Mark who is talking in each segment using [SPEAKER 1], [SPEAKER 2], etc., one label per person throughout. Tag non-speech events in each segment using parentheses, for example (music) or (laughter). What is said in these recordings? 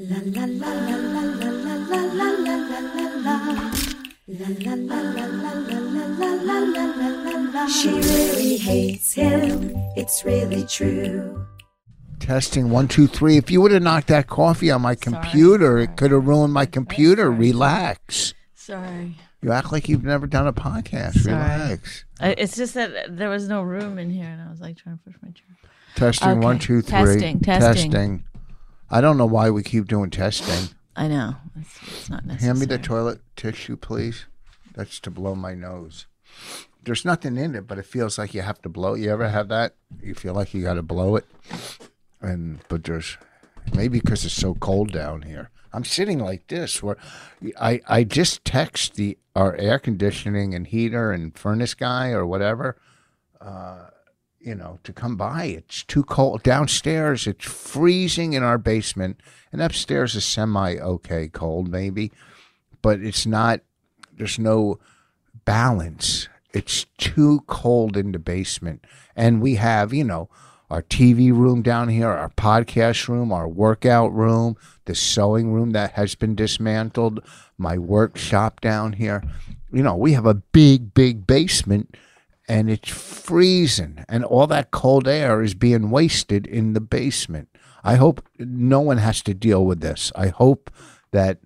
[SPEAKER 1] La la la la la la la la la la la la la. La la la la la la la la la la la la la. She really hates him. It's really true.
[SPEAKER 2] Testing one, two, three. If you would have knocked that coffee on my computer, it could have ruined my computer. Relax.
[SPEAKER 3] Sorry.
[SPEAKER 2] You act like you've never done a podcast.
[SPEAKER 3] Sorry.
[SPEAKER 2] Relax.
[SPEAKER 3] I, it's just that there was no room in here, and I was like trying to push my chair.
[SPEAKER 2] Testing one,
[SPEAKER 3] Okay.
[SPEAKER 2] two, three.
[SPEAKER 3] Testing, testing.
[SPEAKER 2] Testing. I don't know why we keep doing testing.
[SPEAKER 3] I know it's, it's not necessary.
[SPEAKER 2] Hand me the toilet tissue, please. That's to blow my nose. There's nothing in it, but it feels like you have to blow. it. You ever have that? You feel like you got to blow it, and but there's maybe because it's so cold down here. I'm sitting like this where I I just text the our air conditioning and heater and furnace guy or whatever, uh, you know, to come by. It's too cold downstairs. It's freezing in our basement, and upstairs is semi okay cold maybe but it's not there's no balance it's too cold in the basement and we have you know our tv room down here our podcast room our workout room the sewing room that has been dismantled my workshop down here you know we have a big big basement and it's freezing and all that cold air is being wasted in the basement i hope no one has to deal with this i hope that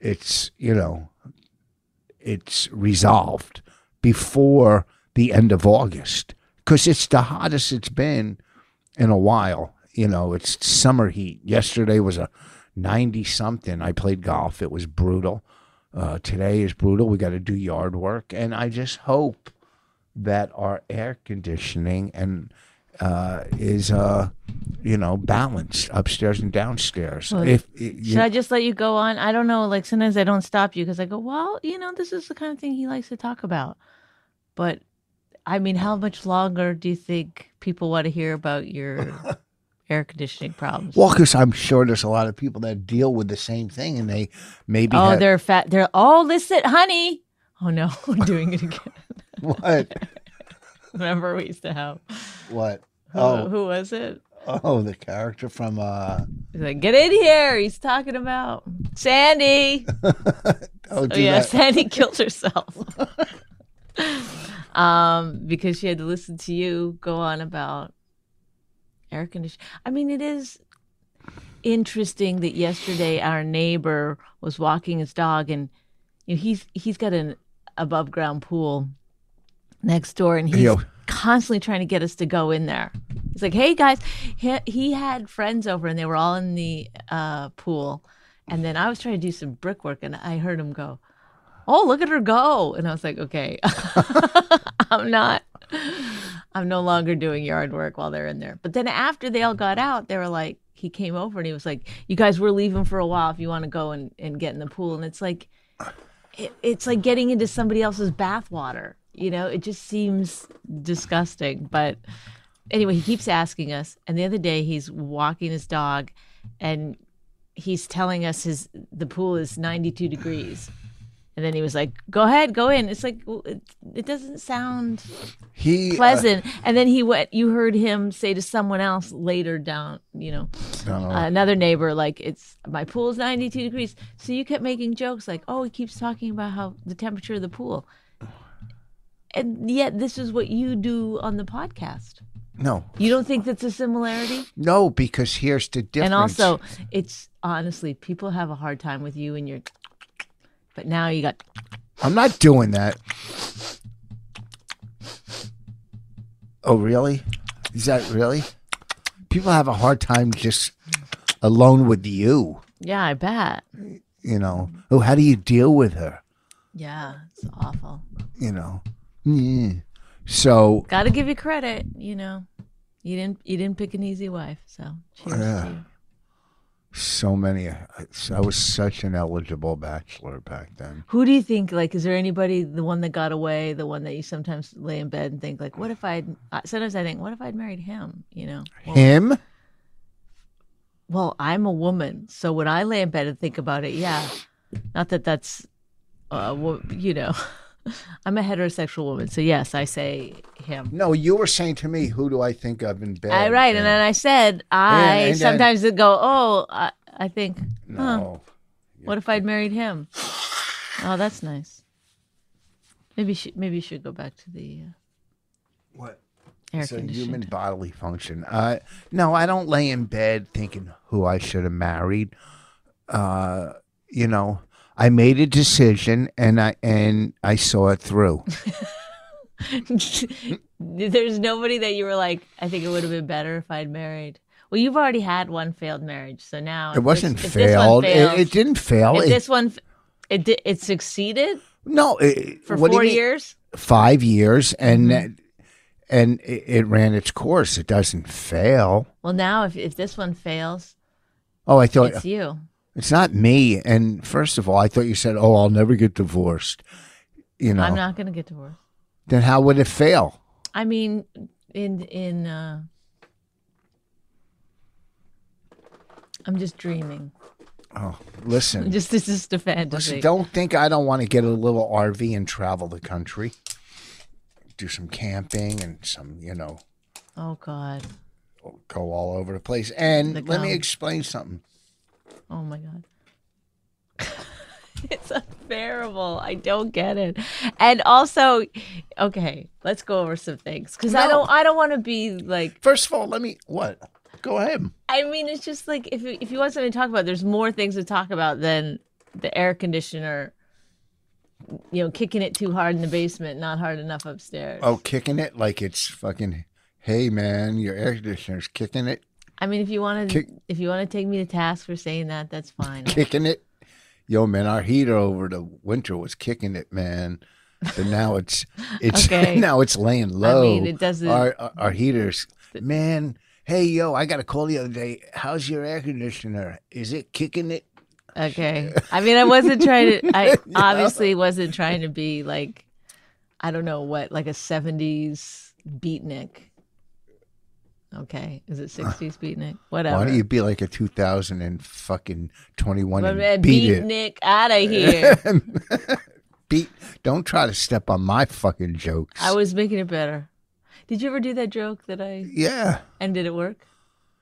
[SPEAKER 2] it's you know it's resolved before the end of August because it's the hottest it's been in a while. You know, it's summer heat. Yesterday was a 90 something. I played golf. It was brutal. Uh, today is brutal. We got to do yard work. And I just hope that our air conditioning and uh, is, uh, you know, balanced upstairs and downstairs.
[SPEAKER 3] Well,
[SPEAKER 2] if you-
[SPEAKER 3] Should I just let you go on? I don't know. Like sometimes I don't stop you because I go, well, you know, this is the kind of thing he likes to talk about. But I mean, how much longer do you think people want to hear about your
[SPEAKER 2] (laughs)
[SPEAKER 3] air conditioning problems?
[SPEAKER 2] Well, because I'm sure there's a lot of people that deal with the same thing, and they maybe
[SPEAKER 3] oh,
[SPEAKER 2] have,
[SPEAKER 3] they're fat. They're oh, listen, honey. Oh no, (laughs) I'm doing it again.
[SPEAKER 2] (laughs)
[SPEAKER 3] (laughs)
[SPEAKER 2] what
[SPEAKER 3] Remember we used to have. (laughs)
[SPEAKER 2] what
[SPEAKER 3] Who,
[SPEAKER 2] Oh.
[SPEAKER 3] who was it?
[SPEAKER 2] oh the character from uh
[SPEAKER 3] He's like, get in here. He's talking about Sandy.
[SPEAKER 2] oh
[SPEAKER 3] Oh
[SPEAKER 2] do
[SPEAKER 3] yeah,
[SPEAKER 2] that.
[SPEAKER 3] Sandy killed herself. (laughs) um, because she had to listen to you go on about air conditioning. I mean, it is interesting that yesterday our neighbor was walking his dog and you know, he's he's got an above ground pool next door and he's
[SPEAKER 2] Yo.
[SPEAKER 3] constantly trying to get us to go in there. He's like, "Hey guys, he, he had friends over and they were all in the uh, pool, and then I was trying to do some brickwork and I heard him go, "Oh, look at her go!" And I was like, "Okay, (laughs) I'm not." I'm no longer doing yard work while they're in there. But then after they all got out, they were like, he came over and he was like, "You guys, we're leaving for a while. If you want to go and, and get in the pool." And it's like, it, it's like getting into somebody else's bathwater. You know, it just seems disgusting. But anyway, he keeps asking us. And the other day, he's walking his dog, and he's telling us his the pool is 92 degrees. And then he was like, "Go ahead, go in." It's like well, it, it doesn't sound
[SPEAKER 2] he uh,
[SPEAKER 3] pleasant. and then he went. You heard him say to someone else later down, you know,
[SPEAKER 2] no,
[SPEAKER 3] uh, another neighbor, like it's my pool's 92 degrees. So you kept making jokes like, oh, he keeps talking about how the temperature of the pool. And yet, this is what you do on the podcast.
[SPEAKER 2] no
[SPEAKER 3] You don't think that's a similarity?
[SPEAKER 2] no because here's the difference
[SPEAKER 3] And also, it's honestly, people have a hard time with you and your. But now you got.
[SPEAKER 2] I'm not doing that oh really is that really people have a hard time just alone with you
[SPEAKER 3] Yeah, I bet.
[SPEAKER 2] you know oh how do you deal with her
[SPEAKER 3] Yeah, it's awful.
[SPEAKER 2] you know yeah. so
[SPEAKER 3] Got to give you credit, you know. You didn't. You didn't pick an easy wife, so cheers
[SPEAKER 2] Yeah.
[SPEAKER 3] to you.
[SPEAKER 2] so many. I I was such an eligible bachelor back then.
[SPEAKER 3] Who do you think? Like, is there anybody, the one that got away, the one that you sometimes lay in bed and think, like, what if I'd, I? Sometimes I think, what if I'd married him? You know. Well,
[SPEAKER 2] Him?
[SPEAKER 3] well, I'm a woman, so when I lay in bed and think about it, yeah, not that that's, uh, wo- you know, (laughs) I'm a heterosexual woman, so yes, I say him.
[SPEAKER 2] No, you were saying to
[SPEAKER 3] Ah,
[SPEAKER 2] me, who do I think of in bed?
[SPEAKER 3] I, right, and then I said I
[SPEAKER 2] and then-
[SPEAKER 3] sometimes would go, oh, I, I think.
[SPEAKER 2] No.
[SPEAKER 3] Huh, what if I'd married him? Oh, that's nice. Maybe she, maybe you should go back to the
[SPEAKER 2] What?
[SPEAKER 3] uh, air
[SPEAKER 2] It's a
[SPEAKER 3] conditioning.
[SPEAKER 2] human bodily function. Uh, no, I don't lay in bed thinking who I should have married. Uh, you know, I made a decision and I and I saw it
[SPEAKER 3] (laughs)
[SPEAKER 2] through. (laughs)
[SPEAKER 3] There's nobody that you were like, I think it would have been better if I'd married. Well, you've already had one failed marriage, so now
[SPEAKER 2] It wasn't
[SPEAKER 3] if this one
[SPEAKER 2] failed.
[SPEAKER 3] fails-
[SPEAKER 2] It, it didn't fail.
[SPEAKER 3] if
[SPEAKER 2] It-
[SPEAKER 3] this one, f- it di- it succeeded
[SPEAKER 2] no, it,
[SPEAKER 3] for
[SPEAKER 2] what do you
[SPEAKER 3] four
[SPEAKER 2] mean?
[SPEAKER 3] years.
[SPEAKER 2] five years, and
[SPEAKER 3] Mm-hmm.
[SPEAKER 2] that- and it, it ran its course. It doesn't fail.
[SPEAKER 3] Well, now if if this one fails,
[SPEAKER 2] Oh, I thought
[SPEAKER 3] it's you.
[SPEAKER 2] It's not me. And first of all, I thought you said, "Oh, I'll never get divorced." You know,
[SPEAKER 3] I'm not going to get divorced.
[SPEAKER 2] then how would it fail?
[SPEAKER 3] I mean, in in uh, I'm just dreaming. (laughs)
[SPEAKER 2] Oh, listen,
[SPEAKER 3] Just this is the
[SPEAKER 2] listen.
[SPEAKER 3] fantasy.
[SPEAKER 2] Don't think I don't want to get a little RV and travel the country, do some camping and some, you know,
[SPEAKER 3] oh God.
[SPEAKER 2] go all over the place. And
[SPEAKER 3] The
[SPEAKER 2] let me
[SPEAKER 3] gum.
[SPEAKER 2] explain something.
[SPEAKER 3] Oh my God. (laughs) it's unbearable. I don't get it. And also, okay, let's go over some things because I
[SPEAKER 2] No.
[SPEAKER 3] don't. I don't want to be like.
[SPEAKER 2] First of all, let me what? Go ahead.
[SPEAKER 3] I mean, it's just like if you- if you want something to talk about, there's more things to talk about than the air conditioner. You know, kicking it too hard in the basement, not hard enough upstairs.
[SPEAKER 2] Oh, kicking it like it's fucking. Hey, man, your air conditioner's kicking it,
[SPEAKER 3] I mean, if you want to,
[SPEAKER 2] Kick-
[SPEAKER 3] if you want to take me to task for saying that, that's fine.
[SPEAKER 2] kicking it. Yo, man, our heater over the winter was kicking it, man. But now it's it's (laughs)
[SPEAKER 3] Okay.
[SPEAKER 2] now it's laying low.
[SPEAKER 3] mean, it doesn't-
[SPEAKER 2] Our our, our heaters, man. Hey, yo, I got a call the other day. How's your air conditioner? Is it kicking it? (laughs)
[SPEAKER 3] Okay. I mean, I wasn't trying to. I obviously wasn't trying to be like, I don't know what, like a '70s beatnik. Okay,
[SPEAKER 2] (laughs)
[SPEAKER 3] is it '60s beatnik? Whatever.
[SPEAKER 2] Why don't you be like a two thousand and fucking twenty one
[SPEAKER 3] But,
[SPEAKER 2] and
[SPEAKER 3] man,
[SPEAKER 2] beat it?
[SPEAKER 3] beatnik
[SPEAKER 2] (laughs)
[SPEAKER 3] out of here.
[SPEAKER 2] Beat. Don't try to step on my fucking jokes.
[SPEAKER 3] I was making it better. Did you ever do that joke that I
[SPEAKER 2] yeah,
[SPEAKER 3] and did it work?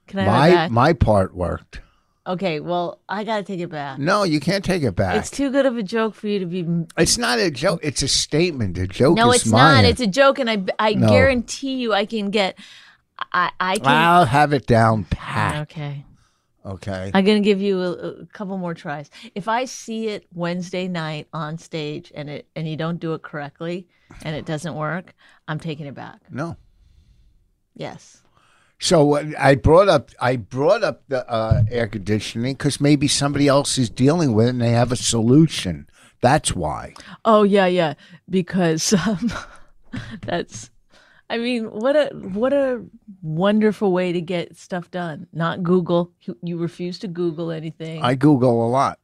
[SPEAKER 3] Can I have it
[SPEAKER 2] my
[SPEAKER 3] back?
[SPEAKER 2] my part worked.
[SPEAKER 3] Okay, well, I gotta take it back.
[SPEAKER 2] No, you can't take it back.
[SPEAKER 3] It's too good of a joke for you to be
[SPEAKER 2] It's not a joke. It's a statement. A joke
[SPEAKER 3] No,
[SPEAKER 2] is
[SPEAKER 3] it's
[SPEAKER 2] mine.
[SPEAKER 3] not. It's a joke, and I I
[SPEAKER 2] No.
[SPEAKER 3] guarantee you, I can get. I I can.
[SPEAKER 2] I'll have it down pat.
[SPEAKER 3] Okay,
[SPEAKER 2] Okay.
[SPEAKER 3] I'm gonna give you a, a couple more tries. If I see it Wednesday night on stage, and it and you don't do it correctly, and it doesn't work, I'm taking it back.
[SPEAKER 2] No.
[SPEAKER 3] Yes.
[SPEAKER 2] So what I brought up, I brought up the uh, air conditioning because maybe somebody else is dealing with it and they have a solution. That's why.
[SPEAKER 3] Oh yeah, yeah. Because (laughs) um, that's. I mean, what a what a wonderful way to get stuff done. Not Google. You, you refuse to Google anything.
[SPEAKER 2] I Google a lot.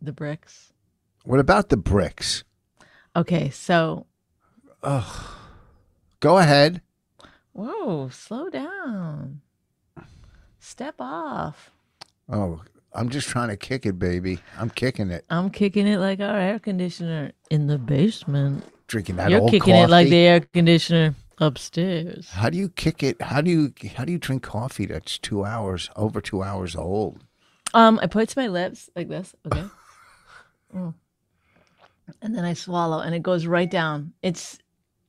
[SPEAKER 3] the bricks.
[SPEAKER 2] What about the bricks?
[SPEAKER 3] Okay, so
[SPEAKER 2] Go ahead.
[SPEAKER 3] Whoa, slow down. Step off.
[SPEAKER 2] Oh, I'm just trying to kick it, baby. I'm kicking it.
[SPEAKER 3] I'm kicking it like our air conditioner in the basement.
[SPEAKER 2] Drinking that
[SPEAKER 3] You're
[SPEAKER 2] old
[SPEAKER 3] kicking it like
[SPEAKER 2] coffee.
[SPEAKER 3] the air conditioner upstairs.
[SPEAKER 2] How do you kick it? How do you how do you drink coffee that's two hours over two hours old?
[SPEAKER 3] Um, I put it to my lips like this,
[SPEAKER 2] (laughs)
[SPEAKER 3] okay? Mm. And then I swallow and it goes right down. It's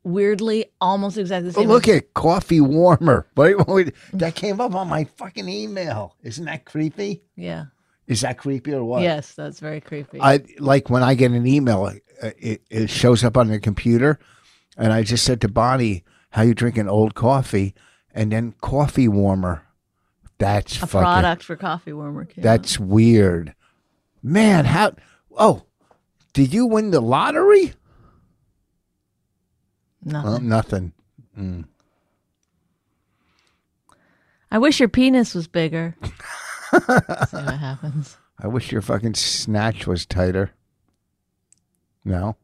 [SPEAKER 3] weirdly almost exactly the
[SPEAKER 2] Oh,
[SPEAKER 3] same.
[SPEAKER 2] look at coffee warmer. (laughs) Wait, wait, that came up on my fucking email. Isn't that creepy?
[SPEAKER 3] yeah.
[SPEAKER 2] Is that creepy or what?
[SPEAKER 3] Yes, that's very creepy.
[SPEAKER 2] I like when I get an email, uh, it, it shows up on the computer, and I just said to Bonnie, "How you drinking old coffee?" And then coffee warmer. That's
[SPEAKER 3] A
[SPEAKER 2] fucking.
[SPEAKER 3] product for coffee warmer. came out.
[SPEAKER 2] That's weird, man. How? Oh, did you win the lottery?
[SPEAKER 3] nothing.
[SPEAKER 2] Well, nothing.
[SPEAKER 3] I wish your penis
[SPEAKER 2] (laughs)
[SPEAKER 3] was bigger. See what happens.
[SPEAKER 2] I wish your fucking snatch was tighter. No.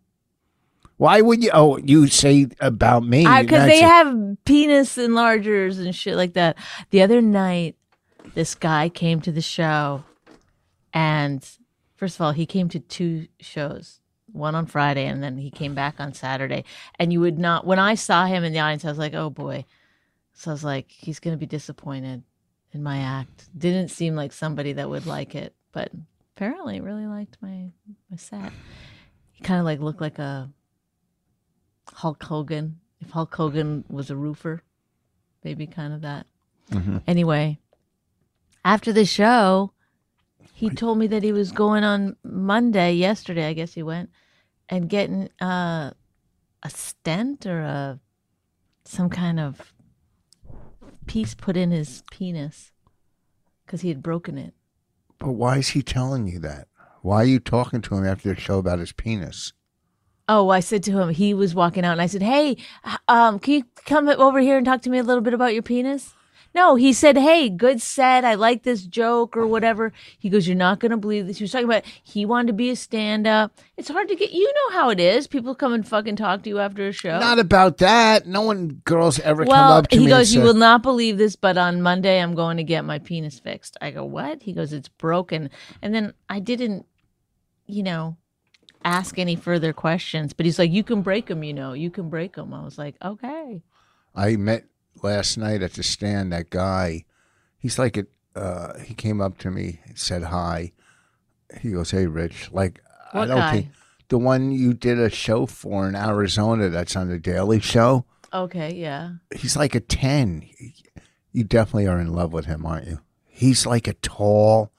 [SPEAKER 2] Why would you? Oh, you say about me?
[SPEAKER 3] because
[SPEAKER 2] that's
[SPEAKER 3] they
[SPEAKER 2] it.
[SPEAKER 3] have penis enlargers and shit like that. The other night, this guy came to the show, and first of all, he came to two shows, one on Friday, and then he came back on Saturday. And you would not, when I saw him in the audience, I was like, oh boy, So I was like, he's going to be disappointed in my act. Didn't seem like somebody that would like it, but apparently really liked my, my set. He kind of like looked like a Hulk Hogan. If Hulk Hogan was a roofer, maybe kind of that.
[SPEAKER 2] Mhm.
[SPEAKER 3] Anyway, after the show, he told me that he was going on Monday, yesterday, I guess he went, and getting uh, a stent or a some kind of piece put in his penis because he had broken it.
[SPEAKER 2] But why is he telling you that? Why are you talking to him after the show about his penis?
[SPEAKER 3] Oh, I said to him, he was walking out, and I said, "Hey, um, can you come over here and talk to me a little bit about your penis?" No, he said, "Hey, good set. I like this joke or whatever." He goes, "You're not gonna believe this." He was talking about he wanted to be a stand-up. It's hard to get. You know how it is. People come and fucking talk to you after a show.
[SPEAKER 2] Not about that. No one girls ever come
[SPEAKER 3] well,
[SPEAKER 2] up to
[SPEAKER 3] he
[SPEAKER 2] me.
[SPEAKER 3] goes,
[SPEAKER 2] and
[SPEAKER 3] "You
[SPEAKER 2] say,
[SPEAKER 3] will not believe this, but on Monday I'm going to get my penis fixed." I go, "What?" He goes, "It's broken." And then I didn't, you know, ask any further questions. But he's like, "You can break them, you know. You can break them." I was like, "Okay."
[SPEAKER 2] I met last night at the stand that guy. He's like it. Uh, he came up to me, said hi. He goes, "Hey, Rich." Like I
[SPEAKER 3] What
[SPEAKER 2] don't
[SPEAKER 3] guy?
[SPEAKER 2] think the one you did a show for in Arizona that's on the Daily Show.
[SPEAKER 3] Okay, yeah.
[SPEAKER 2] He's like a ten. You definitely are in love with him, aren't you? He's like a tall.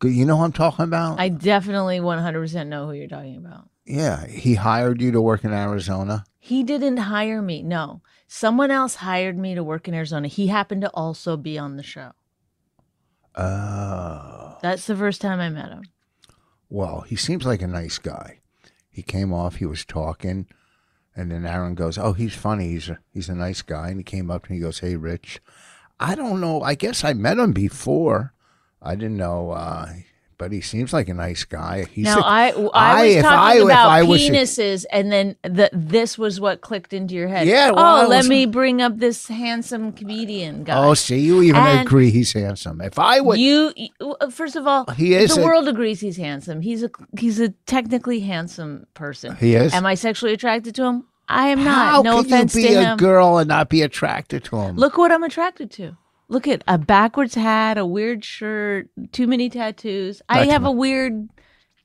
[SPEAKER 2] good- You know who I'm talking about?
[SPEAKER 3] I definitely 100% know who you're talking about.
[SPEAKER 2] yeah, he hired you to work in Arizona.
[SPEAKER 3] He didn't hire me. No. Someone else hired me to work in Arizona. He happened to also be on the show.
[SPEAKER 2] Oh.
[SPEAKER 3] That's the first time I met him.
[SPEAKER 2] well, he seems like a nice guy. He came off, he was talking, and then Aaron goes, "Oh, he's funny. He's a, he's a nice guy." And he came up and he goes, "Hey, Rich, I don't know. I guess I met him before. I didn't know, uh, but he seems like a nice guy. He's
[SPEAKER 3] Now oh,
[SPEAKER 2] a-
[SPEAKER 3] I I
[SPEAKER 2] I-
[SPEAKER 3] was
[SPEAKER 2] if I-
[SPEAKER 3] talking
[SPEAKER 2] if
[SPEAKER 3] about
[SPEAKER 2] I was-
[SPEAKER 3] penises, and then the, this was what clicked into your head.
[SPEAKER 2] Yeah, well, I
[SPEAKER 3] oh, let
[SPEAKER 2] was-
[SPEAKER 3] me bring up this handsome comedian guy.
[SPEAKER 2] oh, see, you even
[SPEAKER 3] And-
[SPEAKER 2] agree he's handsome. If I would,
[SPEAKER 3] you, you- first of all,
[SPEAKER 2] He is
[SPEAKER 3] The
[SPEAKER 2] a-
[SPEAKER 3] world agrees he's handsome. He's a he's a technically handsome person.
[SPEAKER 2] He is?
[SPEAKER 3] Am I sexually attracted to him? I am
[SPEAKER 2] how
[SPEAKER 3] not. No
[SPEAKER 2] can
[SPEAKER 3] offense
[SPEAKER 2] you be
[SPEAKER 3] to
[SPEAKER 2] a
[SPEAKER 3] him.
[SPEAKER 2] girl and not be attracted to him?
[SPEAKER 3] Look what I'm attracted to. Look at a backwards hat, a weird shirt, too many tattoos. I
[SPEAKER 2] Not too
[SPEAKER 3] have a weird,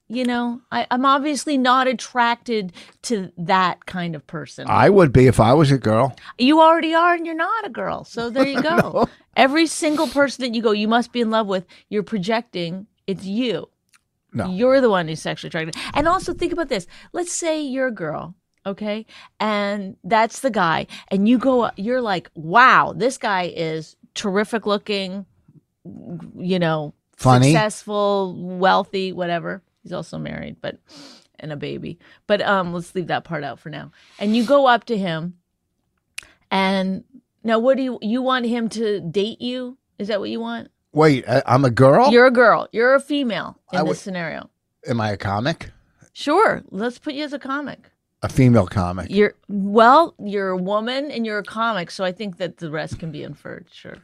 [SPEAKER 3] you know, I, I'm obviously not attracted to that kind of person.
[SPEAKER 2] I would be if I was a girl.
[SPEAKER 3] you already are, and you're not a girl. So there you go. Every single person that you go, you must be in love with, you're projecting it's you.
[SPEAKER 2] No.
[SPEAKER 3] You're the one who's sexually attracted. And also think about this. Let's say you're a girl, okay? And that's the guy. And you go, you're like, wow, this guy is terrific looking, you know,
[SPEAKER 2] Funny.
[SPEAKER 3] successful, wealthy, whatever. He's also married, but and a baby. But um let's leave that part out for now. And you go up to him and now what do you you want him to date you? Is that what you want?
[SPEAKER 2] Wait, I, I'm a girl.
[SPEAKER 3] You're a girl. You're a female in
[SPEAKER 2] I
[SPEAKER 3] this
[SPEAKER 2] would-
[SPEAKER 3] scenario.
[SPEAKER 2] Am I a comic?
[SPEAKER 3] Sure, let's put you as a comic.
[SPEAKER 2] A female comic.
[SPEAKER 3] You're well, you're a woman and you're a comic, so I think that the rest can be inferred. Sure.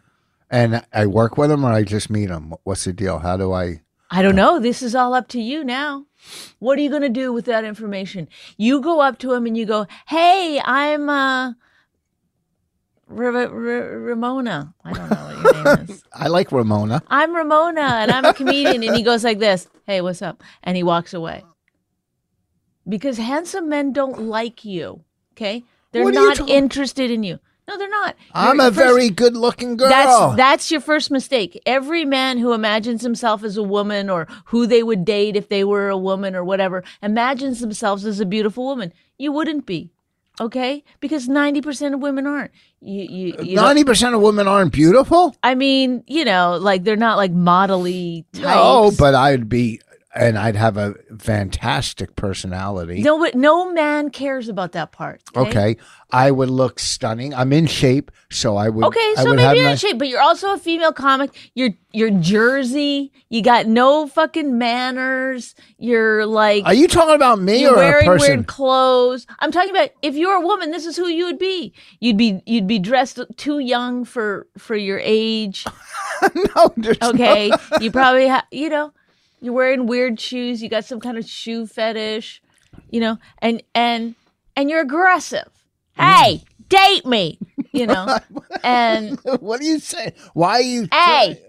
[SPEAKER 2] And I work with him or I just meet him? What's the deal? How do I?
[SPEAKER 3] I don't know. This is all up to you now. What are you going to do with that information? You go up to him and you go, "Hey, I'm uh, R- Ramona. I don't know what your name is.
[SPEAKER 2] (laughs) I like Ramona.
[SPEAKER 3] I'm Ramona and I'm a comedian. and he goes like this, Hey, what's up? And he walks away. Because handsome men don't like you. Okay. They're
[SPEAKER 2] What are you
[SPEAKER 3] not
[SPEAKER 2] talking-
[SPEAKER 3] interested in you. No, they're not.
[SPEAKER 2] I'm
[SPEAKER 3] You're-
[SPEAKER 2] a
[SPEAKER 3] first-
[SPEAKER 2] very good looking girl.
[SPEAKER 3] That's that's your first mistake. Every man who imagines himself as a woman or who they would date if they were a woman or whatever imagines themselves as a beautiful woman. You wouldn't be. Okay? Because 90% of women aren't. You
[SPEAKER 2] Uh,
[SPEAKER 3] you, you don't-
[SPEAKER 2] 90% of women aren't beautiful.
[SPEAKER 3] I mean, you know, like they're not like modelly types.
[SPEAKER 2] No, but I'd be, and I'd have a fantastic personality.
[SPEAKER 3] no, but no man cares about that part.
[SPEAKER 2] okay. I would look stunning. I'm in shape, so I would.
[SPEAKER 3] Okay,
[SPEAKER 2] I
[SPEAKER 3] so
[SPEAKER 2] would
[SPEAKER 3] maybe
[SPEAKER 2] have
[SPEAKER 3] you're in
[SPEAKER 2] nice-
[SPEAKER 3] shape, but you're also a female comic. You're you're Jersey. You got no fucking manners. You're like
[SPEAKER 2] Are you talking about me
[SPEAKER 3] you're
[SPEAKER 2] or a
[SPEAKER 3] wearing
[SPEAKER 2] person?
[SPEAKER 3] weird clothes. I'm talking about if you're a woman, this is who you would be. You'd be you'd be dressed too young for for your
[SPEAKER 2] (laughs)
[SPEAKER 3] age.
[SPEAKER 2] no, there's no-
[SPEAKER 3] Okay, you probably ha- you know you're wearing weird shoes. You got some kind of shoe fetish,
[SPEAKER 2] Mm.
[SPEAKER 3] you know, and and and you're aggressive. Hey, date me.
[SPEAKER 2] (laughs)
[SPEAKER 3] you know. and
[SPEAKER 2] (laughs) what are you saying? Why are you?
[SPEAKER 3] hey,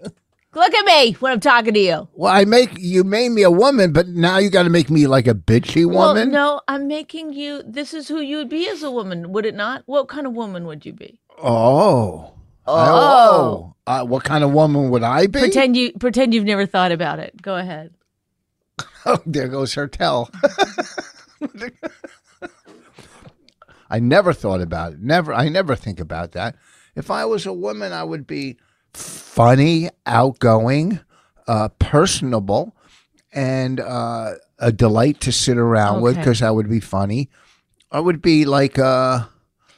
[SPEAKER 3] look at me when I'm talking to you.
[SPEAKER 2] Well, I make you made me a woman, but now you got to make me like a bitchy woman.
[SPEAKER 3] Well, no, I'm making you. This is who you would be as a woman, would it not? What kind of woman would you be?
[SPEAKER 2] Oh.
[SPEAKER 3] Oh.
[SPEAKER 2] Uh, what kind of woman would I be?
[SPEAKER 3] Pretend you pretend you've never thought about it. Go ahead.
[SPEAKER 2] (laughs) Oh, there goes her tell. (laughs) I never thought about it. Never. I never think about that. If I was a woman, I would be funny, outgoing, uh, personable, and uh, a delight to sit around with 'cause with
[SPEAKER 3] Okay.
[SPEAKER 2] because I would be funny. I would be like, uh,